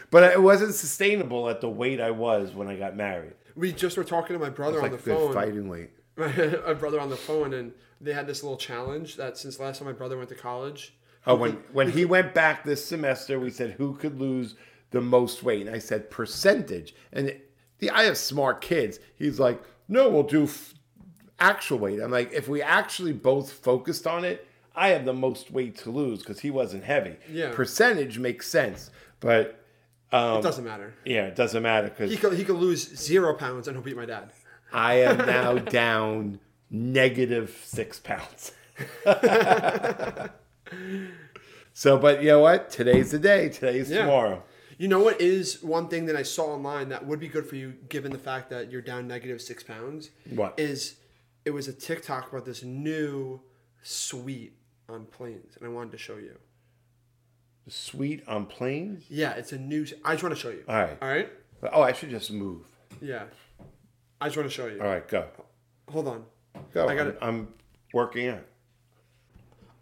[SPEAKER 2] but it wasn't sustainable at the weight I was when I got married.
[SPEAKER 1] we just were talking to my brother on
[SPEAKER 2] Like
[SPEAKER 1] the
[SPEAKER 2] good
[SPEAKER 1] phone.
[SPEAKER 2] fighting weight.
[SPEAKER 1] my my brother on the phone and they had this little challenge that since last time my brother went to college
[SPEAKER 2] Oh, when when he went back this semester, we said who could lose the most weight, and I said percentage. And the I have smart kids. He's like, no, we'll do f- actual weight. I'm like, if we actually both focused on it, I have the most weight to lose because he wasn't heavy.
[SPEAKER 1] Yeah.
[SPEAKER 2] percentage makes sense, but
[SPEAKER 1] it doesn't matter
[SPEAKER 2] yeah, it doesn't matter
[SPEAKER 1] he
[SPEAKER 2] because
[SPEAKER 1] could, he could lose zero pounds and he'll beat my dad
[SPEAKER 2] I am now down negative six pounds. so, but you know what? Today's the day. Today's
[SPEAKER 1] Yeah.
[SPEAKER 2] tomorrow.
[SPEAKER 1] you know what is one thing that i saw online that would be good for you given the fact that you're down negative six pounds
[SPEAKER 2] What?
[SPEAKER 1] is it was a tiktok about this new suite on planes and i wanted to show you
[SPEAKER 2] Sweet on planes?
[SPEAKER 1] yeah it's a new i just want to show you
[SPEAKER 2] All right.
[SPEAKER 1] all right
[SPEAKER 2] Oh, I should just move.
[SPEAKER 1] yeah i just want to show you
[SPEAKER 2] All right, go.
[SPEAKER 1] hold on
[SPEAKER 2] Go.
[SPEAKER 1] I
[SPEAKER 2] I
[SPEAKER 1] got
[SPEAKER 2] got
[SPEAKER 1] it.
[SPEAKER 2] I'm working out.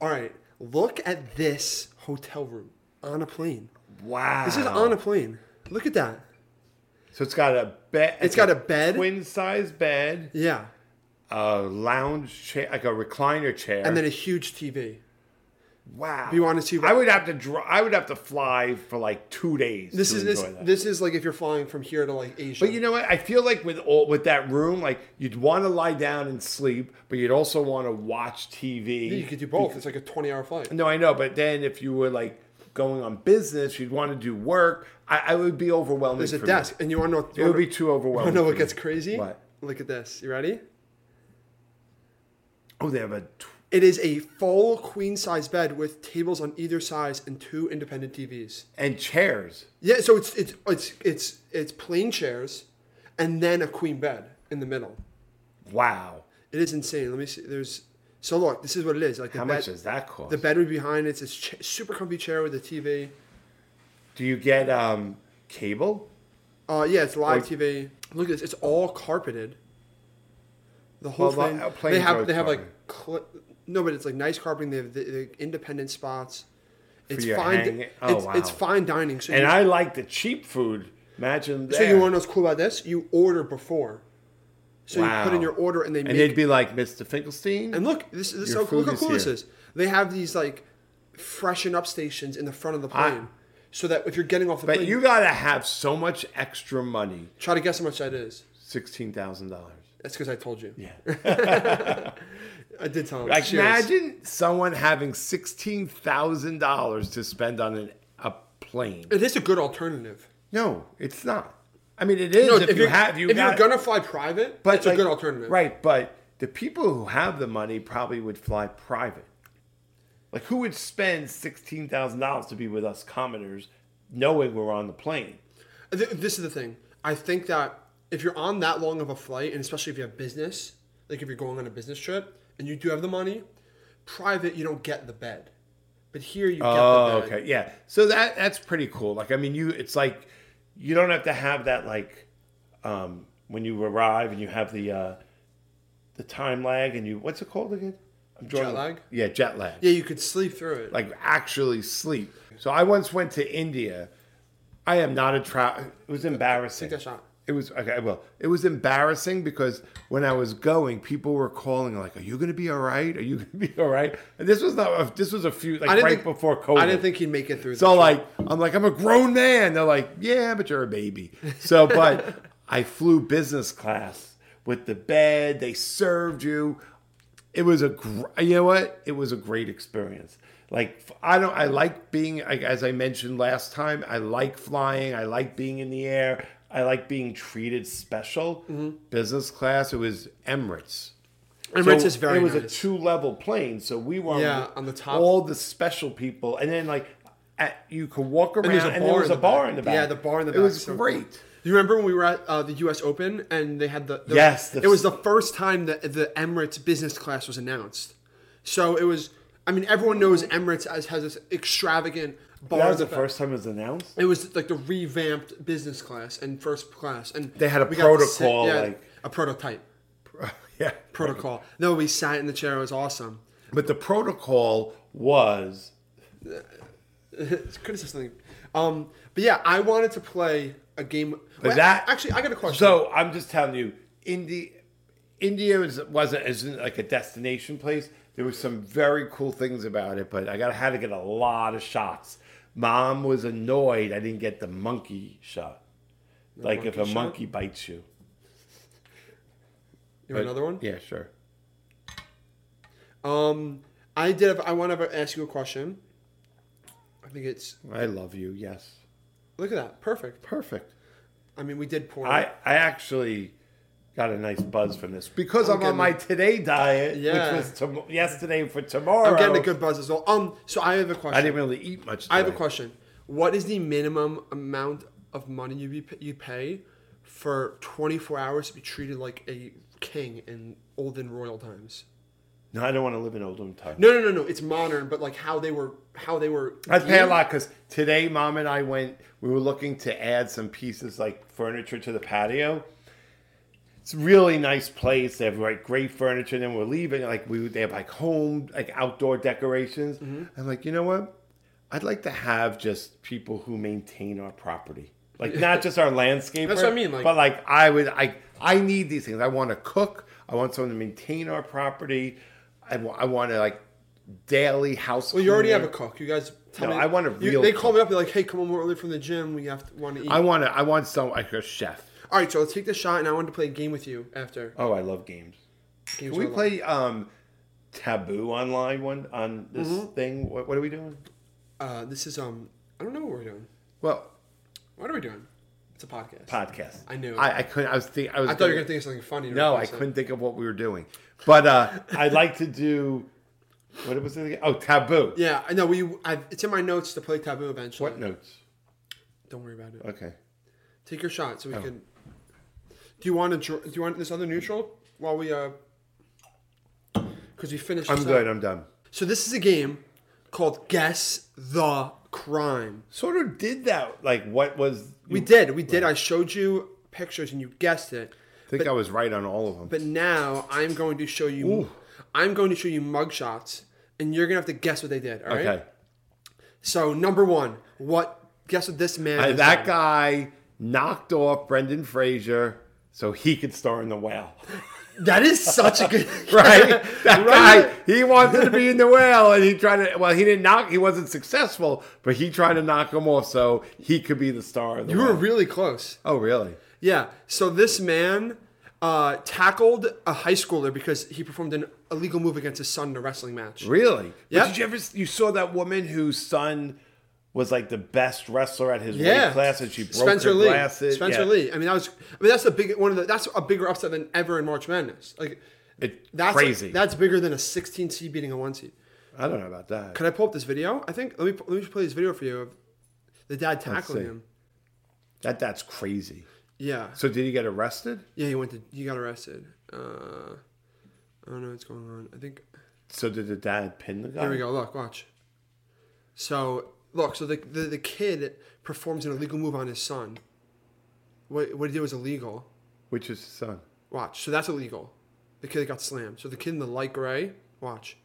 [SPEAKER 1] all right look at this hotel room on a plane
[SPEAKER 2] Wow.
[SPEAKER 1] This is on a plane. Look at that.
[SPEAKER 2] So it's got a bed.
[SPEAKER 1] It's got a bed.
[SPEAKER 2] Twin size bed,
[SPEAKER 1] Yeah.
[SPEAKER 2] a lounge chair, like a recliner chair.
[SPEAKER 1] And then a huge TV.
[SPEAKER 2] wow.
[SPEAKER 1] you wanna see-
[SPEAKER 2] I would have to dr- I would have to fly for like 2 days.
[SPEAKER 1] This
[SPEAKER 2] to
[SPEAKER 1] is this
[SPEAKER 2] enjoy that.
[SPEAKER 1] this is like if you're flying from here to like Asia.
[SPEAKER 2] But you know what? I feel like with all with that room, like you'd want to lie down and sleep, but you'd also want to watch TV.
[SPEAKER 1] you could do both. It's like a 20 hour flight.
[SPEAKER 2] No, I know, but then if you were like going on business, you'd want to do work. I, I would be overwhelming.
[SPEAKER 1] There's a
[SPEAKER 2] for me.
[SPEAKER 1] desk, and you want to know?
[SPEAKER 2] It would be too overwhelming.
[SPEAKER 1] You know
[SPEAKER 2] for
[SPEAKER 1] what
[SPEAKER 2] me.
[SPEAKER 1] gets crazy?
[SPEAKER 2] What?
[SPEAKER 1] Look at this. You ready?
[SPEAKER 2] Oh, they have a. Tw-
[SPEAKER 1] It is a full queen size bed with tables on either side and two independent TVs.
[SPEAKER 2] and chairs.
[SPEAKER 1] Yeah. So it's it's it's it's it's plain chairs, and then a queen bed in the middle.
[SPEAKER 2] Wow.
[SPEAKER 1] It is insane. Let me see. There's so look. This is what it is. Like the
[SPEAKER 2] How
[SPEAKER 1] bed,
[SPEAKER 2] much does that cost?
[SPEAKER 1] The bed would be behind it. It's this ch- super comfy chair with a TV.
[SPEAKER 2] Do you get um cable?
[SPEAKER 1] Uh, yeah, it's live
[SPEAKER 2] Like-
[SPEAKER 1] TV. Look at this. It's all carpeted. The whole
[SPEAKER 2] Well,
[SPEAKER 1] thing.
[SPEAKER 2] the- uh, planes
[SPEAKER 1] they have
[SPEAKER 2] are
[SPEAKER 1] they have like cl- no, but it's like nice carpeting. They have the, the independent spots. It's
[SPEAKER 2] your
[SPEAKER 1] fine.
[SPEAKER 2] hang-
[SPEAKER 1] di-
[SPEAKER 2] oh,
[SPEAKER 1] it's, it's
[SPEAKER 2] wow.
[SPEAKER 1] fine dining. So
[SPEAKER 2] And
[SPEAKER 1] you,
[SPEAKER 2] I like the cheap food. Imagine that.
[SPEAKER 1] so you want to know what's cool about this? You order before. So you put in
[SPEAKER 2] Wow.
[SPEAKER 1] your order and they
[SPEAKER 2] And
[SPEAKER 1] make
[SPEAKER 2] they'd be like, Mr. Finkelstein.
[SPEAKER 1] and look this this is
[SPEAKER 2] Your
[SPEAKER 1] so look
[SPEAKER 2] food
[SPEAKER 1] how
[SPEAKER 2] is
[SPEAKER 1] cool this
[SPEAKER 2] here.
[SPEAKER 1] is. They have these like freshen up stations in the front of the
[SPEAKER 2] I-
[SPEAKER 1] plane, so that if you're getting off the
[SPEAKER 2] but
[SPEAKER 1] plane,
[SPEAKER 2] you gotta have so much extra money.
[SPEAKER 1] try to guess how much that is.
[SPEAKER 2] Sixteen thousand dollars.
[SPEAKER 1] That's because I told you.
[SPEAKER 2] Yeah.
[SPEAKER 1] I did tell him.
[SPEAKER 2] Like
[SPEAKER 1] Cheers.
[SPEAKER 2] imagine someone having sixteen thousand dollars to spend on an, a plane.
[SPEAKER 1] It is a good alternative.
[SPEAKER 2] No, it's not. I mean, it is
[SPEAKER 1] No,
[SPEAKER 2] if, you
[SPEAKER 1] you're-
[SPEAKER 2] have. You
[SPEAKER 1] if
[SPEAKER 2] got,
[SPEAKER 1] you're gonna fly private,
[SPEAKER 2] but
[SPEAKER 1] it's a
[SPEAKER 2] like-
[SPEAKER 1] good alternative.
[SPEAKER 2] right? But the people who have the money probably would fly private. Like, who would spend sixteen thousand dollars to be with us commoners, knowing we're on the plane?
[SPEAKER 1] Th- This is the thing. I think that if you're on that long of a flight, and especially if you have business, like if you're going on a business trip and you do have the money, private you don't get the bed. But here you
[SPEAKER 2] Oh,
[SPEAKER 1] get the bag.
[SPEAKER 2] okay, yeah. So that that's pretty cool. Like, I mean, you it's like you don't have to have that like um, when you arrive and you have the uh, the time lag and you what's it called again? I'm drawing,
[SPEAKER 1] Jet lag?
[SPEAKER 2] Yeah, jet lag.
[SPEAKER 1] Yeah, you could sleep through it.
[SPEAKER 2] Like actually sleep. So I once went to India. I am not a travel. It was embarrassing.
[SPEAKER 1] Take that shot.
[SPEAKER 2] It was okay. Well, it was embarrassing because when I was going, people were calling like, "Are you going to be all right? Are you going to be all right?" And this was not. A, this was a few like
[SPEAKER 1] I didn't
[SPEAKER 2] right
[SPEAKER 1] think,
[SPEAKER 2] before COVID.
[SPEAKER 1] I didn't think he'd make it through.
[SPEAKER 2] So
[SPEAKER 1] the-
[SPEAKER 2] like I'm like I'm a grown man. They're like, yeah, but you're a baby. So but I flew business class with the bed. They served you. It was a gr- you know what? It was a great experience. Like f- I don't I like being like as I mentioned last time. I like flying. I like being in the air. I like being treated special.
[SPEAKER 1] Mm-hmm.
[SPEAKER 2] Business class. It was Emirates.
[SPEAKER 1] Emirates
[SPEAKER 2] So
[SPEAKER 1] is very
[SPEAKER 2] It was
[SPEAKER 1] nice.
[SPEAKER 2] a two level plane, so we were
[SPEAKER 1] Yeah, on the top.
[SPEAKER 2] All the special people, and then like at, you could walk around, and,
[SPEAKER 1] there's a
[SPEAKER 2] there
[SPEAKER 1] bar
[SPEAKER 2] was
[SPEAKER 1] in
[SPEAKER 2] a
[SPEAKER 1] the
[SPEAKER 2] bar
[SPEAKER 1] back.
[SPEAKER 2] in the back.
[SPEAKER 1] Yeah, the bar in the
[SPEAKER 2] It
[SPEAKER 1] back
[SPEAKER 2] was
[SPEAKER 1] is so cool.
[SPEAKER 2] great.
[SPEAKER 1] You remember when we were at uh, the U.S. Open and they had the, the
[SPEAKER 2] Yes, the-
[SPEAKER 1] it was the first time that the Emirates business class was announced. So it was. I mean, everyone knows Emirates as has this extravagant bar.
[SPEAKER 2] That
[SPEAKER 1] in
[SPEAKER 2] was the
[SPEAKER 1] back.
[SPEAKER 2] first time it was announced.
[SPEAKER 1] It was like the revamped business class and first class, and
[SPEAKER 2] They had a
[SPEAKER 1] we got to
[SPEAKER 2] protocol, like-
[SPEAKER 1] a prototype
[SPEAKER 2] Yeah,
[SPEAKER 1] protocol. No, we sat in the chair. It was awesome.
[SPEAKER 2] but the protocol was
[SPEAKER 1] It's criticism. Um, but yeah, I wanted to play a game.
[SPEAKER 2] But
[SPEAKER 1] Wait,
[SPEAKER 2] that
[SPEAKER 1] actually, I got a question.
[SPEAKER 2] So I'm just telling you, India, India is, wasn't isn't like a destination place. There were some very cool things about it, but I got had to get a lot of shots. Mom was annoyed I didn't get the monkey shot. like if a
[SPEAKER 1] monkey shot?
[SPEAKER 2] monkey bites you.
[SPEAKER 1] you want
[SPEAKER 2] But-
[SPEAKER 1] another one?
[SPEAKER 2] Yeah, sure.
[SPEAKER 1] Um, I did. Have, I want to ask you a question. I think it's
[SPEAKER 2] I love you. Yes,
[SPEAKER 1] look at that perfect.
[SPEAKER 2] perfect.
[SPEAKER 1] I mean, we did pour.
[SPEAKER 2] I I actually got a nice buzz from this because
[SPEAKER 1] I'm
[SPEAKER 2] I'm, on
[SPEAKER 1] getting-
[SPEAKER 2] my today diet,
[SPEAKER 1] Yeah.
[SPEAKER 2] which was tom- yesterday for tomorrow.
[SPEAKER 1] I'm getting a good buzz as well. Um, so I have a question.
[SPEAKER 2] I didn't really eat much.
[SPEAKER 1] I have a
[SPEAKER 2] today.
[SPEAKER 1] question. What is the minimum amount of money you be, you pay for 24 hours to be treated like a king in olden royal times?
[SPEAKER 2] No, I don't want to live in olden times.
[SPEAKER 1] No, no, no, no. It's modern, but like how they were, how they were.
[SPEAKER 2] I'd pay a
[SPEAKER 1] viewed.
[SPEAKER 2] lot because today, mom and I went. We were looking to add some pieces like furniture to the patio. It's a really nice place. They have like great furniture. And then we're leaving. Like we, they have like home, like outdoor decorations.
[SPEAKER 1] Mm-hmm.
[SPEAKER 2] I'm like, you know what? I'd like to have just people who maintain our property, like not just our landscaper.
[SPEAKER 1] That's what I mean, like-
[SPEAKER 2] but like I would, I I need these things. I want to cook. I want someone to maintain our property. I wa- I want to like daily house.
[SPEAKER 1] Well, you already have
[SPEAKER 2] cleaner.
[SPEAKER 1] a cook. You guys. Tell
[SPEAKER 2] No,
[SPEAKER 1] me,
[SPEAKER 2] I want a
[SPEAKER 1] you-
[SPEAKER 2] real
[SPEAKER 1] They call me up. They're like, "Hey, come home early from the gym. We have to want to eat."
[SPEAKER 2] I want to. I want some like a chef.
[SPEAKER 1] All right, so let's take the shot, and I wanted to play a game with you after.
[SPEAKER 2] Oh, I love games.
[SPEAKER 1] Games
[SPEAKER 2] Can we
[SPEAKER 1] are a lot.
[SPEAKER 2] play um, Taboo online one on this
[SPEAKER 1] Mm-hmm.
[SPEAKER 2] thing? What, what are we doing?
[SPEAKER 1] Uh, this is um. I don't know what we're doing.
[SPEAKER 2] Well,
[SPEAKER 1] What are we doing? It's a podcast.
[SPEAKER 2] podcast.
[SPEAKER 1] I knew it.
[SPEAKER 2] I, I couldn't. I was thinking. I was.
[SPEAKER 1] I thought you were gonna think of something funny.
[SPEAKER 2] No, I
[SPEAKER 1] Replace it.
[SPEAKER 2] couldn't think of what we were doing. But uh, I'd like to do. What was it? Again? Oh, Taboo.
[SPEAKER 1] Yeah, I know. We. I've, it's in my notes to play taboo eventually.
[SPEAKER 2] What notes?
[SPEAKER 1] Don't worry about it.
[SPEAKER 2] Okay. Oh.
[SPEAKER 1] Take your shot, so we can. Do you want to? Do you want this other neutral while we uh? Because we finished.
[SPEAKER 2] I'm
[SPEAKER 1] this
[SPEAKER 2] good.
[SPEAKER 1] up.
[SPEAKER 2] I'm done.
[SPEAKER 1] So this is a game called Guess the Crime.
[SPEAKER 2] Sort of did that. Like, what was?
[SPEAKER 1] We did. We did. I showed you pictures, and you guessed it.
[SPEAKER 2] I think I was right on all of them.
[SPEAKER 1] But now I'm going to show you.
[SPEAKER 2] Ooh.
[SPEAKER 1] I'm going to show you mugshots, and you're gonna have to guess what they did. All right.
[SPEAKER 2] okay.
[SPEAKER 1] So number one, what? Guess what this man.
[SPEAKER 2] Uh,
[SPEAKER 1] has
[SPEAKER 2] that
[SPEAKER 1] done.
[SPEAKER 2] guy knocked off Brendan Fraser so he could star in The Whale.
[SPEAKER 1] That is such a good.
[SPEAKER 2] right? That
[SPEAKER 1] Right?
[SPEAKER 2] guy, he wanted to be in the whale, and he tried to. Well, he didn't knock. He wasn't successful, but he tried to knock him off so he could be the star. Of the
[SPEAKER 1] You were
[SPEAKER 2] whale.
[SPEAKER 1] really close.
[SPEAKER 2] oh, really?
[SPEAKER 1] Yeah. So this man uh, tackled a high schooler because he performed an illegal move against his son in a wrestling match.
[SPEAKER 2] Really?
[SPEAKER 1] Yeah.
[SPEAKER 2] But Did you ever? You saw that woman whose son was like the best wrestler at his
[SPEAKER 1] Yeah.
[SPEAKER 2] weight class, and she broke
[SPEAKER 1] Spencer
[SPEAKER 2] her
[SPEAKER 1] Lee.
[SPEAKER 2] glasses.
[SPEAKER 1] Spencer
[SPEAKER 2] Yeah.
[SPEAKER 1] Lee. I mean, that was. I mean, that's a big one of the. That's a bigger upset than ever in March Madness. Like,
[SPEAKER 2] It,
[SPEAKER 1] that's
[SPEAKER 2] crazy.
[SPEAKER 1] that's bigger than a 16 seed beating a one seed.
[SPEAKER 2] I don't know about that.
[SPEAKER 1] Can I pull up this video? I think let me let me play this video for you of the dad tackling
[SPEAKER 2] see.
[SPEAKER 1] him.
[SPEAKER 2] that that's crazy.
[SPEAKER 1] Yeah.
[SPEAKER 2] So did he get arrested?
[SPEAKER 1] Yeah. He went to. He got arrested. Uh, I don't know what's going on. I think.
[SPEAKER 2] So did the dad pin the guy?
[SPEAKER 1] Here we go. Look. Watch. So look, so the the, the kid performs an illegal move on his son. What what he did was illegal.
[SPEAKER 2] Which is his son.
[SPEAKER 1] Watch. So that's illegal. The kid that got slammed. So the kid in the light gray. Watch.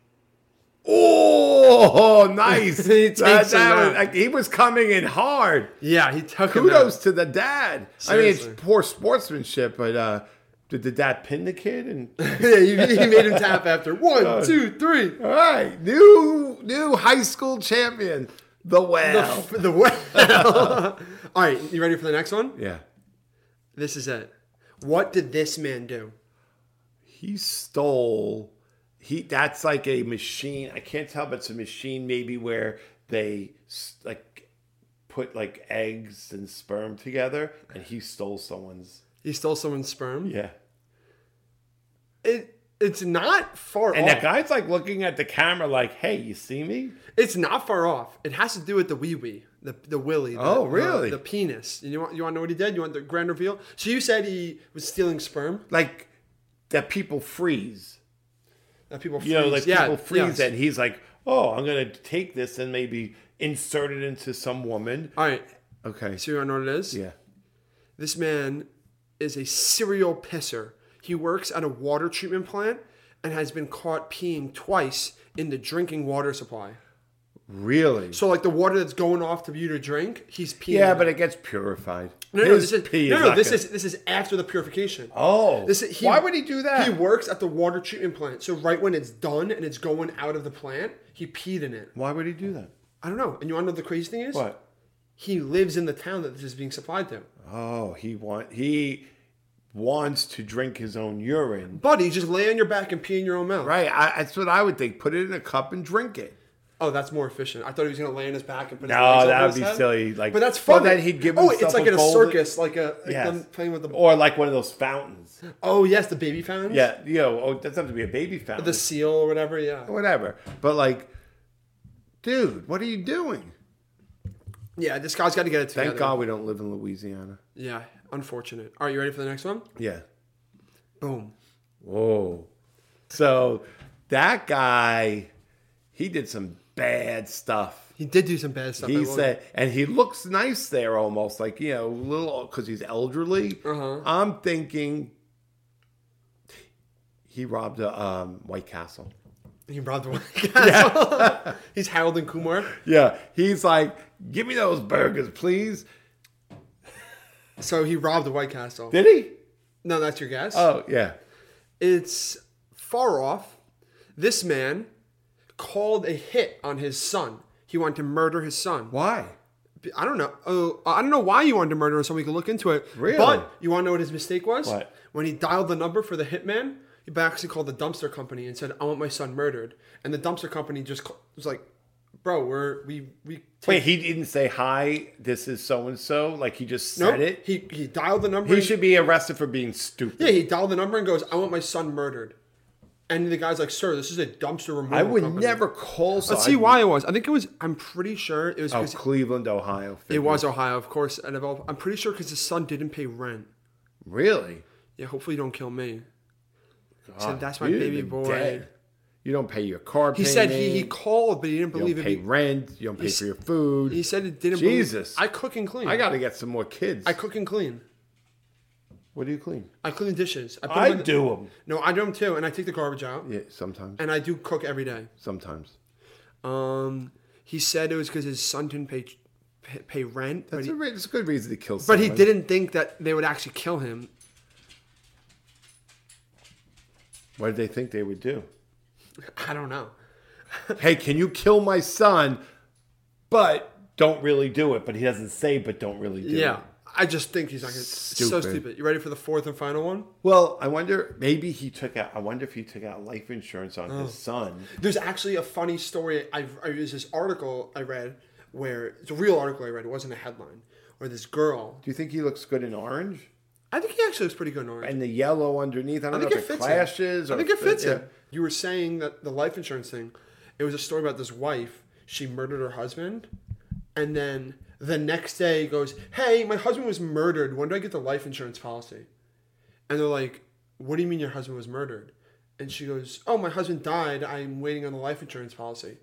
[SPEAKER 2] Oh, nice.
[SPEAKER 1] He takes
[SPEAKER 2] That-
[SPEAKER 1] him
[SPEAKER 2] that was-
[SPEAKER 1] out.
[SPEAKER 2] like, he was coming in hard.
[SPEAKER 1] Yeah, he took
[SPEAKER 2] Kudos to the dad. I mean,
[SPEAKER 1] Seriously.
[SPEAKER 2] it's poor sportsmanship, but uh, did the dad pin the kid? And
[SPEAKER 1] yeah, he, he made him tap after one, two, three.
[SPEAKER 2] all right, new new high school champion, the
[SPEAKER 1] The,
[SPEAKER 2] whale.
[SPEAKER 1] f- the well. All right, you ready for the next one?
[SPEAKER 2] yeah,
[SPEAKER 1] This is it. What did this man do?
[SPEAKER 2] he stole. He that's like a machine. I can't tell, but it's a machine maybe where they s- like put like eggs and sperm together, and he stole someone's.
[SPEAKER 1] He stole someone's sperm.
[SPEAKER 2] Yeah.
[SPEAKER 1] It it's not far
[SPEAKER 2] And
[SPEAKER 1] off.
[SPEAKER 2] that guy's like looking at the camera, like, "Hey, you see me?"
[SPEAKER 1] It's not far off. It has to do with the wee wee, the the willy. the-
[SPEAKER 2] Oh,
[SPEAKER 1] the-
[SPEAKER 2] really?
[SPEAKER 1] The, penis. You want you want to know what he did? You want the grand reveal? So you said he was stealing sperm
[SPEAKER 2] Like that people freeze.
[SPEAKER 1] that people freeze.
[SPEAKER 2] you know, like
[SPEAKER 1] yeah,
[SPEAKER 2] people freeze
[SPEAKER 1] yes.
[SPEAKER 2] and he's like, oh, I'm gonna take this and maybe insert it into some woman.
[SPEAKER 1] All right.
[SPEAKER 2] Okay.
[SPEAKER 1] So you want to know what it is?
[SPEAKER 2] Yeah.
[SPEAKER 1] This man is a serial pisser. He works at a water treatment plant and has been caught peeing twice in the drinking water supply.
[SPEAKER 2] Really?
[SPEAKER 1] So like the water that's going off to you to drink, he's peeing.
[SPEAKER 2] yeah,
[SPEAKER 1] in
[SPEAKER 2] but
[SPEAKER 1] it.
[SPEAKER 2] it gets purified.
[SPEAKER 1] no, no, this is,
[SPEAKER 2] pee
[SPEAKER 1] no, no,
[SPEAKER 2] not
[SPEAKER 1] this
[SPEAKER 2] gonna-
[SPEAKER 1] is this is after the purification.
[SPEAKER 2] Oh.
[SPEAKER 1] This is- he-
[SPEAKER 2] why would he do that?
[SPEAKER 1] He works at the water treatment plant. So right when it's done and it's going out of the plant, he peed in it.
[SPEAKER 2] why would he do that?
[SPEAKER 1] I don't know. And you want to know the crazy thing is?
[SPEAKER 2] What?
[SPEAKER 1] He lives in the town that this is being supplied to.
[SPEAKER 2] Oh, he want he wants to drink his own urine.
[SPEAKER 1] Buddy, you just lay on your back and pee in your own mouth.
[SPEAKER 2] Right. I, that's what I would think. Put it in a cup and drink it.
[SPEAKER 1] Oh, that's more efficient. I thought he was going to lay on his back and put his
[SPEAKER 2] No,
[SPEAKER 1] legs up
[SPEAKER 2] that
[SPEAKER 1] on
[SPEAKER 2] would
[SPEAKER 1] his
[SPEAKER 2] be
[SPEAKER 1] head.
[SPEAKER 2] silly, like-
[SPEAKER 1] but that's
[SPEAKER 2] Well,
[SPEAKER 1] fun.
[SPEAKER 2] then he'd give
[SPEAKER 1] Oh, it's
[SPEAKER 2] himself
[SPEAKER 1] like
[SPEAKER 2] a
[SPEAKER 1] in a
[SPEAKER 2] cold-
[SPEAKER 1] circus, like a like
[SPEAKER 2] Yes.
[SPEAKER 1] them playing with the.
[SPEAKER 2] Or like one of those fountains.
[SPEAKER 1] oh yes, the baby fountains.
[SPEAKER 2] Yeah. You know. Oh, that's not to be a baby fountain.
[SPEAKER 1] the seal or whatever. Yeah,
[SPEAKER 2] whatever. But like, dude, what are you doing?
[SPEAKER 1] yeah. This guy's got to get it together.
[SPEAKER 2] Thank God we don't live in Louisiana.
[SPEAKER 1] Yeah, unfortunate. All right, you ready for the next one?
[SPEAKER 2] Yeah.
[SPEAKER 1] Boom.
[SPEAKER 2] Whoa. So that guy, he did some bad stuff.
[SPEAKER 1] He did do some bad stuff. I
[SPEAKER 2] He
[SPEAKER 1] will-
[SPEAKER 2] said, and he looks nice there, almost like you know, little because he's elderly.
[SPEAKER 1] Uh-huh.
[SPEAKER 2] I'm thinking he robbed a um, White Castle.
[SPEAKER 1] He robbed the White Castle. He's Harold and Kumar.
[SPEAKER 2] Yeah, he's like, give me those burgers, please.
[SPEAKER 1] So he robbed the White Castle.
[SPEAKER 2] Did he?
[SPEAKER 1] No, that's your guess.
[SPEAKER 2] Oh yeah.
[SPEAKER 1] it's far off. This man called a hit on his son. He wanted to murder his son.
[SPEAKER 2] Why?
[SPEAKER 1] I don't know. Oh, I don't know why you wanted to murder him. So we can look into it.
[SPEAKER 2] Really?
[SPEAKER 1] But you want to know what his mistake was?
[SPEAKER 2] What?
[SPEAKER 1] When he dialed the number for the hitman, he actually called the dumpster company and said, "I want my son murdered." And the dumpster company just ca- was like, "Bro, we're we we." Take
[SPEAKER 2] Wait, he didn't say hi. This is so and so. Like he just said
[SPEAKER 1] Nope.
[SPEAKER 2] it.
[SPEAKER 1] He he dialed the number.
[SPEAKER 2] He
[SPEAKER 1] and-
[SPEAKER 2] should be arrested for being stupid.
[SPEAKER 1] Yeah, he dialed the number and goes, "I want my son murdered." And the guy's like, "Sir, this is a dumpster removal."
[SPEAKER 2] I would
[SPEAKER 1] company."
[SPEAKER 2] never call.
[SPEAKER 1] Let's see why it was. I think it was. I'm pretty sure it was
[SPEAKER 2] Oh,
[SPEAKER 1] because
[SPEAKER 2] Cleveland, Ohio.
[SPEAKER 1] it
[SPEAKER 2] figure.
[SPEAKER 1] was Ohio, of course. And of all- I'm pretty sure because his son didn't pay rent.
[SPEAKER 2] really.
[SPEAKER 1] Yeah, hopefully you don't kill me.
[SPEAKER 2] God,
[SPEAKER 1] that's my
[SPEAKER 2] you'd have
[SPEAKER 1] baby
[SPEAKER 2] Ah, been
[SPEAKER 1] boy.
[SPEAKER 2] You don't pay your car.
[SPEAKER 1] He said he, he called, but he didn't
[SPEAKER 2] You
[SPEAKER 1] believe
[SPEAKER 2] don't
[SPEAKER 1] it.
[SPEAKER 2] pay
[SPEAKER 1] be-
[SPEAKER 2] rent. You don't pay
[SPEAKER 1] s-
[SPEAKER 2] for your food.
[SPEAKER 1] He said it didn't.
[SPEAKER 2] Jesus.
[SPEAKER 1] believe, I cook and clean.
[SPEAKER 2] I got to get some more kids.
[SPEAKER 1] I cook and clean.
[SPEAKER 2] what do you clean?
[SPEAKER 1] I clean dishes. put 'em
[SPEAKER 2] I
[SPEAKER 1] in the-
[SPEAKER 2] do 'em.
[SPEAKER 1] No, I do them too, and I take the garbage out,
[SPEAKER 2] Yeah, sometimes.
[SPEAKER 1] and I do cook every day.
[SPEAKER 2] Sometimes.
[SPEAKER 1] Um, he said it was because his son didn't pay pay, pay rent, but
[SPEAKER 2] That's
[SPEAKER 1] he,
[SPEAKER 2] a, re- it's a good reason to kill.
[SPEAKER 1] but he
[SPEAKER 2] someone.
[SPEAKER 1] didn't think that they would actually kill him.
[SPEAKER 2] What did they think they would do?
[SPEAKER 1] I don't know.
[SPEAKER 2] hey, can you kill my son? But don't really do it. But he doesn't say. But don't really do it.
[SPEAKER 1] Yeah, I just think he's not gonna. Stupid. So
[SPEAKER 2] Stupid.
[SPEAKER 1] stupid. You ready for the fourth and final one?
[SPEAKER 2] Well, I wonder. Maybe he took out. I wonder if he took out life insurance on
[SPEAKER 1] Oh.
[SPEAKER 2] his son.
[SPEAKER 1] There's actually a funny story. I I- there's this article I read where it's a real article I read. It wasn't a headline. Where this girl,
[SPEAKER 2] Do you think he looks good in orange
[SPEAKER 1] I think he actually looks pretty good in orange.
[SPEAKER 2] and the yellow underneath? I
[SPEAKER 1] I
[SPEAKER 2] don't
[SPEAKER 1] think
[SPEAKER 2] know
[SPEAKER 1] it
[SPEAKER 2] if it
[SPEAKER 1] fits
[SPEAKER 2] clashes.
[SPEAKER 1] him.
[SPEAKER 2] or
[SPEAKER 1] I think it
[SPEAKER 2] if
[SPEAKER 1] fits him.
[SPEAKER 2] yeah.
[SPEAKER 1] You were saying that the life insurance thing. It was a story about this wife. She murdered her husband, and then the next day he goes, "Hey, my husband was murdered. When do I get the life insurance policy?" And they're like, "What do you mean your husband was murdered?" And she goes, "Oh, my husband died. I'm waiting on the life insurance policy."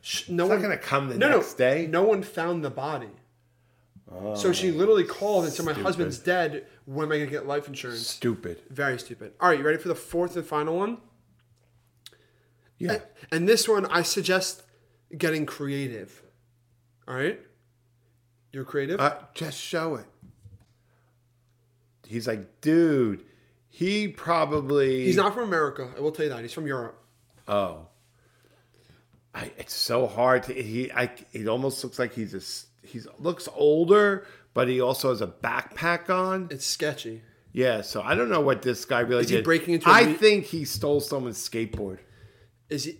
[SPEAKER 1] sh- no
[SPEAKER 2] It's
[SPEAKER 1] one
[SPEAKER 2] not gonna come the
[SPEAKER 1] no,
[SPEAKER 2] next
[SPEAKER 1] no,
[SPEAKER 2] day. Oh,
[SPEAKER 1] No one found the body. so she literally called and said, "My
[SPEAKER 2] stupid.
[SPEAKER 1] husband's dead. When am I gonna get life insurance?"
[SPEAKER 2] Stupid.
[SPEAKER 1] Very stupid. All right, you ready for the fourth and final one?
[SPEAKER 2] Yeah.
[SPEAKER 1] And this one, I suggest getting creative. All right, you're creative.
[SPEAKER 2] Uh, just show it. He's like, dude, he probably.
[SPEAKER 1] He's not from America. I will tell you that. He's from Europe.
[SPEAKER 2] Oh, I, it's so hard to. He, I, it almost looks like he's a. s- He's looks older, but he also has a backpack on.
[SPEAKER 1] It's sketchy.
[SPEAKER 2] Yeah, so I don't know what this guy really
[SPEAKER 1] Is he
[SPEAKER 2] did.
[SPEAKER 1] breaking into a
[SPEAKER 2] I
[SPEAKER 1] re-
[SPEAKER 2] think he stole someone's skateboard.
[SPEAKER 1] Is he?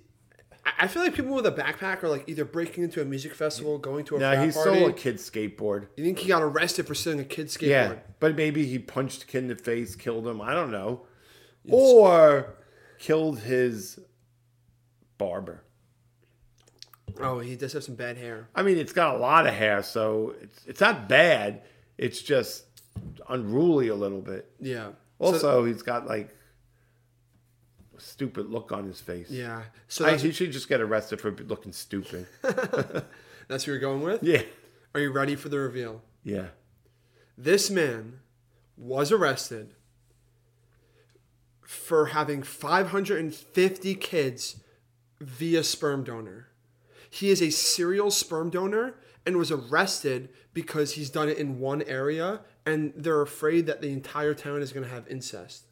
[SPEAKER 1] I- I feel like people with a backpack are like either breaking into a music festival, going to a
[SPEAKER 2] No,
[SPEAKER 1] frat
[SPEAKER 2] he
[SPEAKER 1] party.
[SPEAKER 2] stole a kid's skateboard.
[SPEAKER 1] You think he got arrested for stealing a kid's skateboard?
[SPEAKER 2] Yeah, but maybe he punched a kid in the face, killed him. I don't know, or killed his barber.
[SPEAKER 1] Oh, he does have some bad hair.
[SPEAKER 2] I mean, it's got a lot of hair, so it's it's not bad. It's just unruly a little bit.
[SPEAKER 1] Yeah.
[SPEAKER 2] Also,
[SPEAKER 1] So-
[SPEAKER 2] he's got like a stupid look on his face.
[SPEAKER 1] yeah. So
[SPEAKER 2] I,
[SPEAKER 1] that's,
[SPEAKER 2] he should just get arrested for looking stupid.
[SPEAKER 1] that's who you're going with.
[SPEAKER 2] yeah,
[SPEAKER 1] Are you ready for the reveal?
[SPEAKER 2] yeah.
[SPEAKER 1] This man was arrested for having 550 kids via sperm donor. He is a serial sperm donor and was arrested because he's done it in one area and they're afraid that the entire town is going to have incest.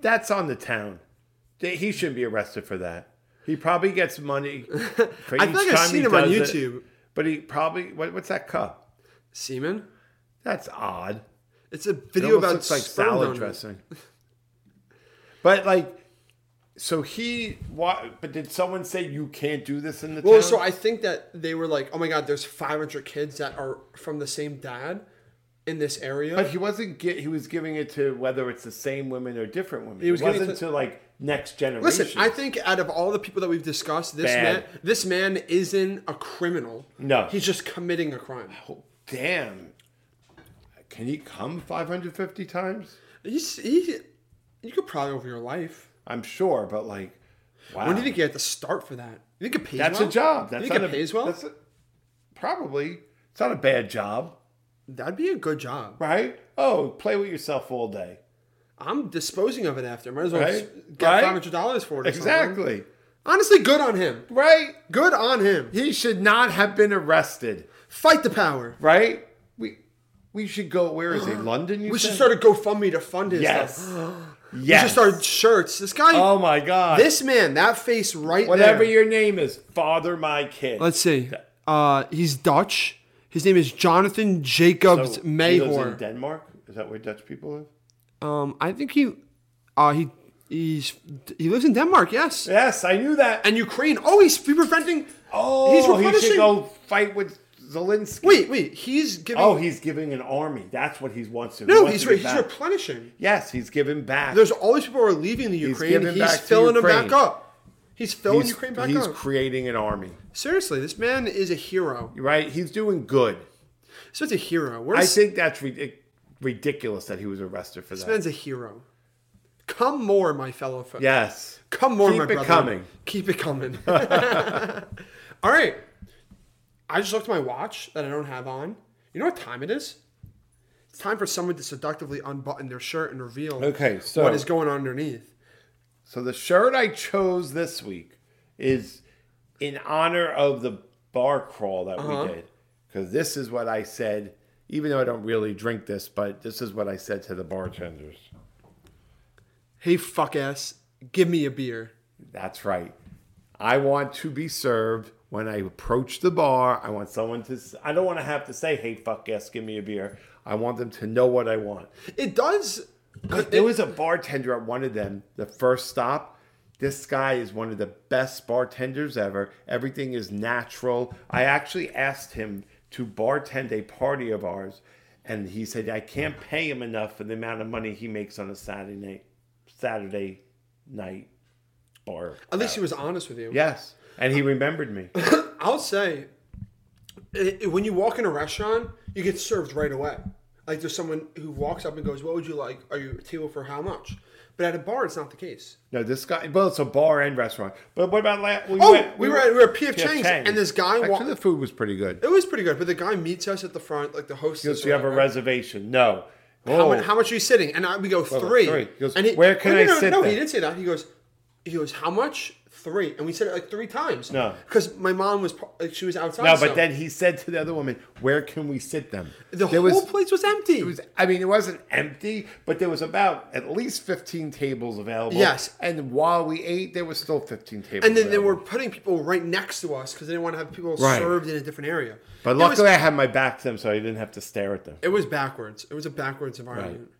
[SPEAKER 2] That's on the town. They- He shouldn't be arrested for that. He probably gets money. For
[SPEAKER 1] I feel
[SPEAKER 2] each
[SPEAKER 1] like I've
[SPEAKER 2] time
[SPEAKER 1] seen
[SPEAKER 2] he
[SPEAKER 1] him on
[SPEAKER 2] does it.
[SPEAKER 1] YouTube.
[SPEAKER 2] but he probably what, what's that cup?
[SPEAKER 1] Semen?
[SPEAKER 2] That's odd.
[SPEAKER 1] It's a
[SPEAKER 2] It
[SPEAKER 1] video
[SPEAKER 2] almost
[SPEAKER 1] about
[SPEAKER 2] looks like
[SPEAKER 1] sperm
[SPEAKER 2] salad
[SPEAKER 1] donors.
[SPEAKER 2] dressing. But like, so he what? But did someone say you can't do this in the
[SPEAKER 1] Well,
[SPEAKER 2] town?
[SPEAKER 1] so I think that they were like, "Oh my God, there's 500 kids that are from the same dad in this area."
[SPEAKER 2] but he wasn't. Get, he was giving it to whether it's the same women or different women.
[SPEAKER 1] was
[SPEAKER 2] it
[SPEAKER 1] giving it
[SPEAKER 2] wasn't to, like next generation.
[SPEAKER 1] Listen, I think out of all the people that we've discussed, this
[SPEAKER 2] Bad.
[SPEAKER 1] man, this man isn't a criminal.
[SPEAKER 2] No.
[SPEAKER 1] he's just committing a crime.
[SPEAKER 2] Oh, damn. Can he come 550 times?
[SPEAKER 1] He's he. You could probably over your life.
[SPEAKER 2] I'm sure, but like, wow.
[SPEAKER 1] When did he get the start for that? You think it pays
[SPEAKER 2] Ah. That's
[SPEAKER 1] well?
[SPEAKER 2] a job. That's
[SPEAKER 1] you think
[SPEAKER 2] not
[SPEAKER 1] it
[SPEAKER 2] a,
[SPEAKER 1] pays well?
[SPEAKER 2] that's a- probably. It's not a bad job,
[SPEAKER 1] That'd be a good job.
[SPEAKER 2] right? Oh, play with yourself all day.
[SPEAKER 1] I'm disposing of it after. Might as well
[SPEAKER 2] Right?
[SPEAKER 1] s- get
[SPEAKER 2] Right?
[SPEAKER 1] five hundred dollars for it. Or Something.
[SPEAKER 2] Exactly.
[SPEAKER 1] Honestly, good on him.
[SPEAKER 2] Right?
[SPEAKER 1] Good on him.
[SPEAKER 2] He should not have been arrested,
[SPEAKER 1] Fight the power.
[SPEAKER 2] right? We we should go. Where is he? London? You
[SPEAKER 1] We should
[SPEAKER 2] said?
[SPEAKER 1] start a GoFundMe to fund his
[SPEAKER 2] Yes.
[SPEAKER 1] stuff. We
[SPEAKER 2] yes.
[SPEAKER 1] should start shirts. This guy,
[SPEAKER 2] Oh my God.
[SPEAKER 1] this man, that face right
[SPEAKER 2] Whatever
[SPEAKER 1] there.
[SPEAKER 2] your name is, father my kid.
[SPEAKER 1] Let's see. Uh, he's Dutch. His name is Jonathan Jacobs
[SPEAKER 2] So, he lives in
[SPEAKER 1] Mayhor.
[SPEAKER 2] Denmark. Is that where Dutch people live?
[SPEAKER 1] Um, I think he, uh, he, he's he lives in Denmark. Yes,
[SPEAKER 2] Yes, I knew that.
[SPEAKER 1] and Ukraine. Oh, he's preventing.
[SPEAKER 2] oh,
[SPEAKER 1] he's
[SPEAKER 2] he should
[SPEAKER 1] replenishing.
[SPEAKER 2] go fight with Zelensky.
[SPEAKER 1] Wait, wait. He's giving.
[SPEAKER 2] Oh, he's giving an army. That's what he wants to. he
[SPEAKER 1] no,
[SPEAKER 2] wants
[SPEAKER 1] he's
[SPEAKER 2] to give
[SPEAKER 1] re- he's
[SPEAKER 2] back.
[SPEAKER 1] replenishing.
[SPEAKER 2] yes, he's giving back.
[SPEAKER 1] There's all these people who are leaving the Ukraine.
[SPEAKER 2] giving
[SPEAKER 1] He's,
[SPEAKER 2] back to
[SPEAKER 1] filling them
[SPEAKER 2] Ukraine.
[SPEAKER 1] back up. He's filling
[SPEAKER 2] he's,
[SPEAKER 1] Ukraine back
[SPEAKER 2] he's
[SPEAKER 1] up.
[SPEAKER 2] creating an army,
[SPEAKER 1] Seriously, this man is a hero.
[SPEAKER 2] right? He's doing good.
[SPEAKER 1] So it's a hero. We're
[SPEAKER 2] I
[SPEAKER 1] s-
[SPEAKER 2] think that's ridic ridiculous that he was arrested for
[SPEAKER 1] This
[SPEAKER 2] that.
[SPEAKER 1] man's a hero. Come more, my fellow friends.
[SPEAKER 2] Yes.
[SPEAKER 1] Come more,
[SPEAKER 2] Keep
[SPEAKER 1] my
[SPEAKER 2] it
[SPEAKER 1] brother.
[SPEAKER 2] coming.
[SPEAKER 1] Keep it coming. All right. I just looked at my watch that I don't have on. You know what time it is? It's time for someone to seductively unbutton their shirt and reveal
[SPEAKER 2] Okay, so-
[SPEAKER 1] what is going on underneath.
[SPEAKER 2] So the shirt I chose this week is in honor of the bar crawl that we did. Because this is what I said, even though I don't really drink this, but this is what I said to the bartenders.
[SPEAKER 1] Hey, fuck ass, give me a beer.
[SPEAKER 2] That's right. I want to be served when I approach the bar. I want someone to, s- I don't want to have to say, hey, fuck yes, give me a beer. I want them to know what I want.
[SPEAKER 1] It does.
[SPEAKER 2] But there was a bartender at one of them, the first stop. This guy is one of the best bartenders ever. Everything is natural. I actually asked him to bartend a party of ours, and he said I can't pay him enough for the amount of money he makes on a Saturday night, Saturday night bar.
[SPEAKER 1] At least he was honest with you.
[SPEAKER 2] Yes, and he remembered me.
[SPEAKER 1] I'll say, i i- when you walk in a restaurant, you get served right away. Like there's someone who walks up and goes, "What would you like? Are you a table for how much?" But at a bar, it's not the case.
[SPEAKER 2] No, this guy. Well, it's a bar and restaurant. But what about last?
[SPEAKER 1] Oh, we were at- we were at P.F. Chang's, and this guy
[SPEAKER 2] Actually,
[SPEAKER 1] wa-
[SPEAKER 2] the food was pretty good.
[SPEAKER 1] It was pretty good, but the guy meets us at the front, like the host.
[SPEAKER 2] Because you have a reservation. No.
[SPEAKER 1] How,
[SPEAKER 2] Oh.
[SPEAKER 1] mu- how much are you sitting? And I, we go
[SPEAKER 2] well,
[SPEAKER 1] three.
[SPEAKER 2] three. He goes,
[SPEAKER 1] and
[SPEAKER 2] "Where can
[SPEAKER 1] no,
[SPEAKER 2] I
[SPEAKER 1] no, no,
[SPEAKER 2] sit
[SPEAKER 1] No, he
[SPEAKER 2] then?"
[SPEAKER 1] didn't say that. He goes, he goes, how much? Three. And we said it like three times.
[SPEAKER 2] No.
[SPEAKER 1] because my mom was par- like she was outside.
[SPEAKER 2] no, but
[SPEAKER 1] so-
[SPEAKER 2] then he said to the other woman, "Where can we sit them?"
[SPEAKER 1] the
[SPEAKER 2] There
[SPEAKER 1] whole
[SPEAKER 2] was-
[SPEAKER 1] place was empty.
[SPEAKER 2] It was, I mean, it wasn't empty, but there was about at least 15 tables available.
[SPEAKER 1] Yes.
[SPEAKER 2] And while we ate, there was still 15 tables
[SPEAKER 1] and then they
[SPEAKER 2] available.
[SPEAKER 1] were putting people right next to us because they didn't want to have people
[SPEAKER 2] Right.
[SPEAKER 1] served in a different area.
[SPEAKER 2] But
[SPEAKER 1] It was-
[SPEAKER 2] luckily, I had my back to them, so I didn't have to stare at them.
[SPEAKER 1] It was backwards. It was a backwards environment,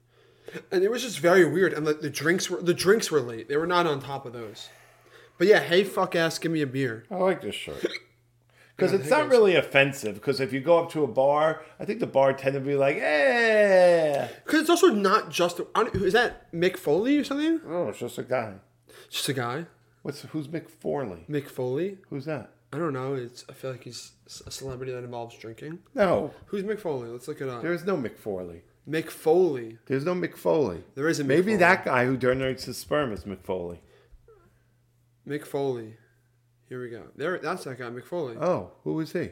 [SPEAKER 1] and it was just very weird. And the, the drinks were the drinks were late. They were not on top of those. But yeah, hey fuck ass, give me a beer.
[SPEAKER 2] I like this shirt. Because it's not really offensive. Because if you go up to a bar, I think the bartender would be like, "Eh,
[SPEAKER 1] Because it's also not just I don't- is that Mick Foley or something?
[SPEAKER 2] oh, it's just a guy."
[SPEAKER 1] Just a guy,
[SPEAKER 2] What's who's Mick Forley?
[SPEAKER 1] Mick Foley.
[SPEAKER 2] Who's that?
[SPEAKER 1] I don't know. It's I feel like he's a celebrity that involves drinking.
[SPEAKER 2] No,
[SPEAKER 1] Who's Mick Foley? Let's look it up.
[SPEAKER 2] there is no Mick Forley.
[SPEAKER 1] Mick Foley.
[SPEAKER 2] There's no Mick Foley.
[SPEAKER 1] There is a Mick
[SPEAKER 2] Maybe
[SPEAKER 1] Foley.
[SPEAKER 2] that guy who donates his sperm is Mick Foley.
[SPEAKER 1] Mick Foley. Here we go. There, that's that guy, Mick Foley.
[SPEAKER 2] Oh, who is he?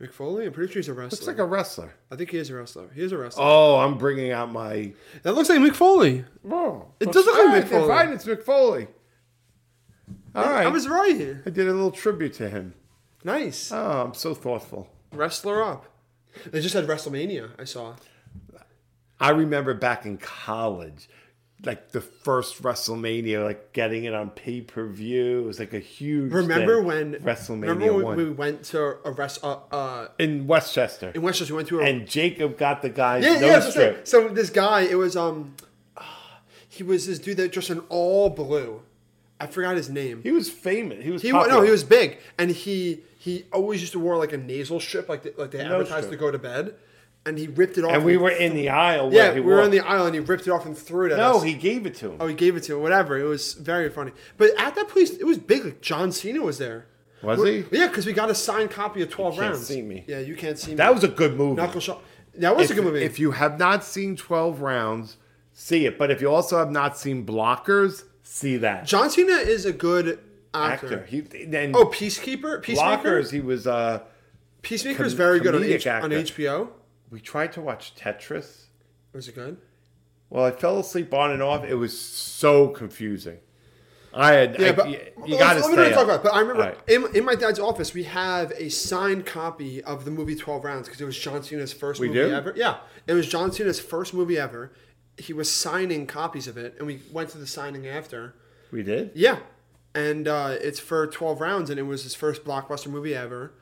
[SPEAKER 1] Mick Foley. I'm pretty sure he's a
[SPEAKER 2] Looks
[SPEAKER 1] wrestler.
[SPEAKER 2] like a wrestler.
[SPEAKER 1] I think he is a wrestler. He is a wrestler.
[SPEAKER 2] Oh, I'm bringing out my.
[SPEAKER 1] That looks like Mick Foley.
[SPEAKER 2] Oh,
[SPEAKER 1] It doesn't look like Mick
[SPEAKER 2] they're
[SPEAKER 1] Foley.
[SPEAKER 2] Fine, it's Mick Foley. All right,
[SPEAKER 1] I was right.
[SPEAKER 2] I did a little tribute to him.
[SPEAKER 1] Nice.
[SPEAKER 2] Oh, I'm so thoughtful.
[SPEAKER 1] Wrestler up. They just had WrestleMania, I saw.
[SPEAKER 2] I remember back in college, like the first WrestleMania, like getting it on pay per view. It was like a huge.
[SPEAKER 1] Remember
[SPEAKER 2] thing.
[SPEAKER 1] when
[SPEAKER 2] WrestleMania
[SPEAKER 1] Remember when
[SPEAKER 2] one
[SPEAKER 1] we went to a rest uh, uh
[SPEAKER 2] in Westchester,
[SPEAKER 1] in Westchester we went to a
[SPEAKER 2] and Jacob got the guy's
[SPEAKER 1] Yeah, yeah,
[SPEAKER 2] nose
[SPEAKER 1] that's what I'm saying.
[SPEAKER 2] strip.
[SPEAKER 1] So this guy, it was um ah, he was this dude that dressed in all blue. I forgot his name.
[SPEAKER 2] He was famous. He was.
[SPEAKER 1] He wa- no,
[SPEAKER 2] popular.
[SPEAKER 1] he was big, and he he always used to wear like a nasal strip, like the, like they
[SPEAKER 2] Nose
[SPEAKER 1] advertised
[SPEAKER 2] strip.
[SPEAKER 1] to go to bed, and he ripped it off.
[SPEAKER 2] And we were in the aisle.
[SPEAKER 1] yeah,
[SPEAKER 2] where he
[SPEAKER 1] we were in
[SPEAKER 2] walked.
[SPEAKER 1] the aisle, and he ripped it off and threw it at us.
[SPEAKER 2] No, he gave it to him.
[SPEAKER 1] Oh, he gave it to him. Whatever. It was very funny. But at that place, it was big. Like John Cena was there.
[SPEAKER 2] Was
[SPEAKER 1] We-
[SPEAKER 2] he?
[SPEAKER 1] Yeah, because we got a signed copy of Twelve
[SPEAKER 2] can't
[SPEAKER 1] Rounds.
[SPEAKER 2] see me.
[SPEAKER 1] Yeah, you can't see me.
[SPEAKER 2] That was a good movie.
[SPEAKER 1] knuckle shot. That was
[SPEAKER 2] if,
[SPEAKER 1] a good movie.
[SPEAKER 2] If you have not seen 12 rounds, see it. But if you also have not seen Blockers, see that.
[SPEAKER 1] John Cena is a good actor.
[SPEAKER 2] actor. He then
[SPEAKER 1] oh, Peacekeeper. Peacemaker.
[SPEAKER 2] Blockers, he was uh
[SPEAKER 1] Peacemaker is
[SPEAKER 2] com-
[SPEAKER 1] very good on,
[SPEAKER 2] comedic
[SPEAKER 1] H- on
[SPEAKER 2] actor.
[SPEAKER 1] HBO.
[SPEAKER 2] we tried to watch Tetris.
[SPEAKER 1] Was it good?
[SPEAKER 2] Well, I fell asleep on and off. It was so confusing. I had
[SPEAKER 1] Yeah,
[SPEAKER 2] I,
[SPEAKER 1] but
[SPEAKER 2] you,
[SPEAKER 1] let's-
[SPEAKER 2] got to
[SPEAKER 1] let me not
[SPEAKER 2] stay
[SPEAKER 1] talk about.
[SPEAKER 2] up.
[SPEAKER 1] It, but I remember
[SPEAKER 2] All right.
[SPEAKER 1] in, in my dad's office we have a signed copy of the movie Twelve Rounds because it was John Cena's first
[SPEAKER 2] We
[SPEAKER 1] movie
[SPEAKER 2] do?
[SPEAKER 1] ever. Yeah, it was John Cena's first movie ever. He was signing copies of it, and we went to the signing after.
[SPEAKER 2] We did?
[SPEAKER 1] Yeah, and uh, it's for Twelve Rounds, and it was his first blockbuster movie ever,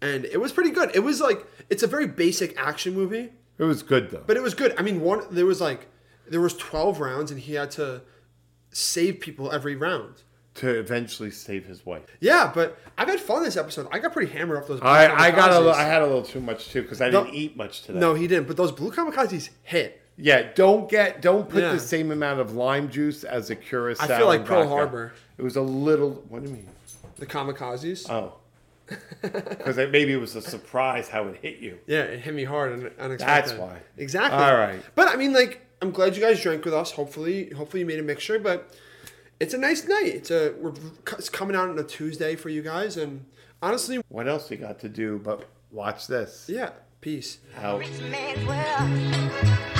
[SPEAKER 1] and it was pretty good. It was like it's a very basic action movie,
[SPEAKER 2] It was good though.
[SPEAKER 1] but it was good. I mean, one there was like there was twelve rounds, and he had to save people every round.
[SPEAKER 2] to eventually save his wife.
[SPEAKER 1] Yeah, but I've had fun this episode. I got pretty hammered off those. Blue
[SPEAKER 2] I, I got a
[SPEAKER 1] Kamikazes.
[SPEAKER 2] little, I had a little too much too because I
[SPEAKER 1] No.
[SPEAKER 2] didn't eat much today.
[SPEAKER 1] No, he didn't. But those blue kamikazes hit.
[SPEAKER 2] Yeah, don't get don't put
[SPEAKER 1] Yeah.
[SPEAKER 2] the same amount of lime juice as a curacao.
[SPEAKER 1] I feel like
[SPEAKER 2] and
[SPEAKER 1] Pearl
[SPEAKER 2] vodka.
[SPEAKER 1] Harbor.
[SPEAKER 2] It was a little. What do you mean?
[SPEAKER 1] The kamikazes.
[SPEAKER 2] Oh, because maybe it was a surprise how it hit you.
[SPEAKER 1] yeah, it hit me hard and unexpected.
[SPEAKER 2] That's why.
[SPEAKER 1] Exactly.
[SPEAKER 2] All right.
[SPEAKER 1] But I mean, like, I'm glad you guys drank with us. Hopefully, hopefully you made a mixture. But it's a nice night. It's a we're it's coming out on a Tuesday for you guys. And honestly,
[SPEAKER 2] What else we got to do but watch this?
[SPEAKER 1] yeah, peace.
[SPEAKER 2] Out.
[SPEAKER 3] Rich man's world.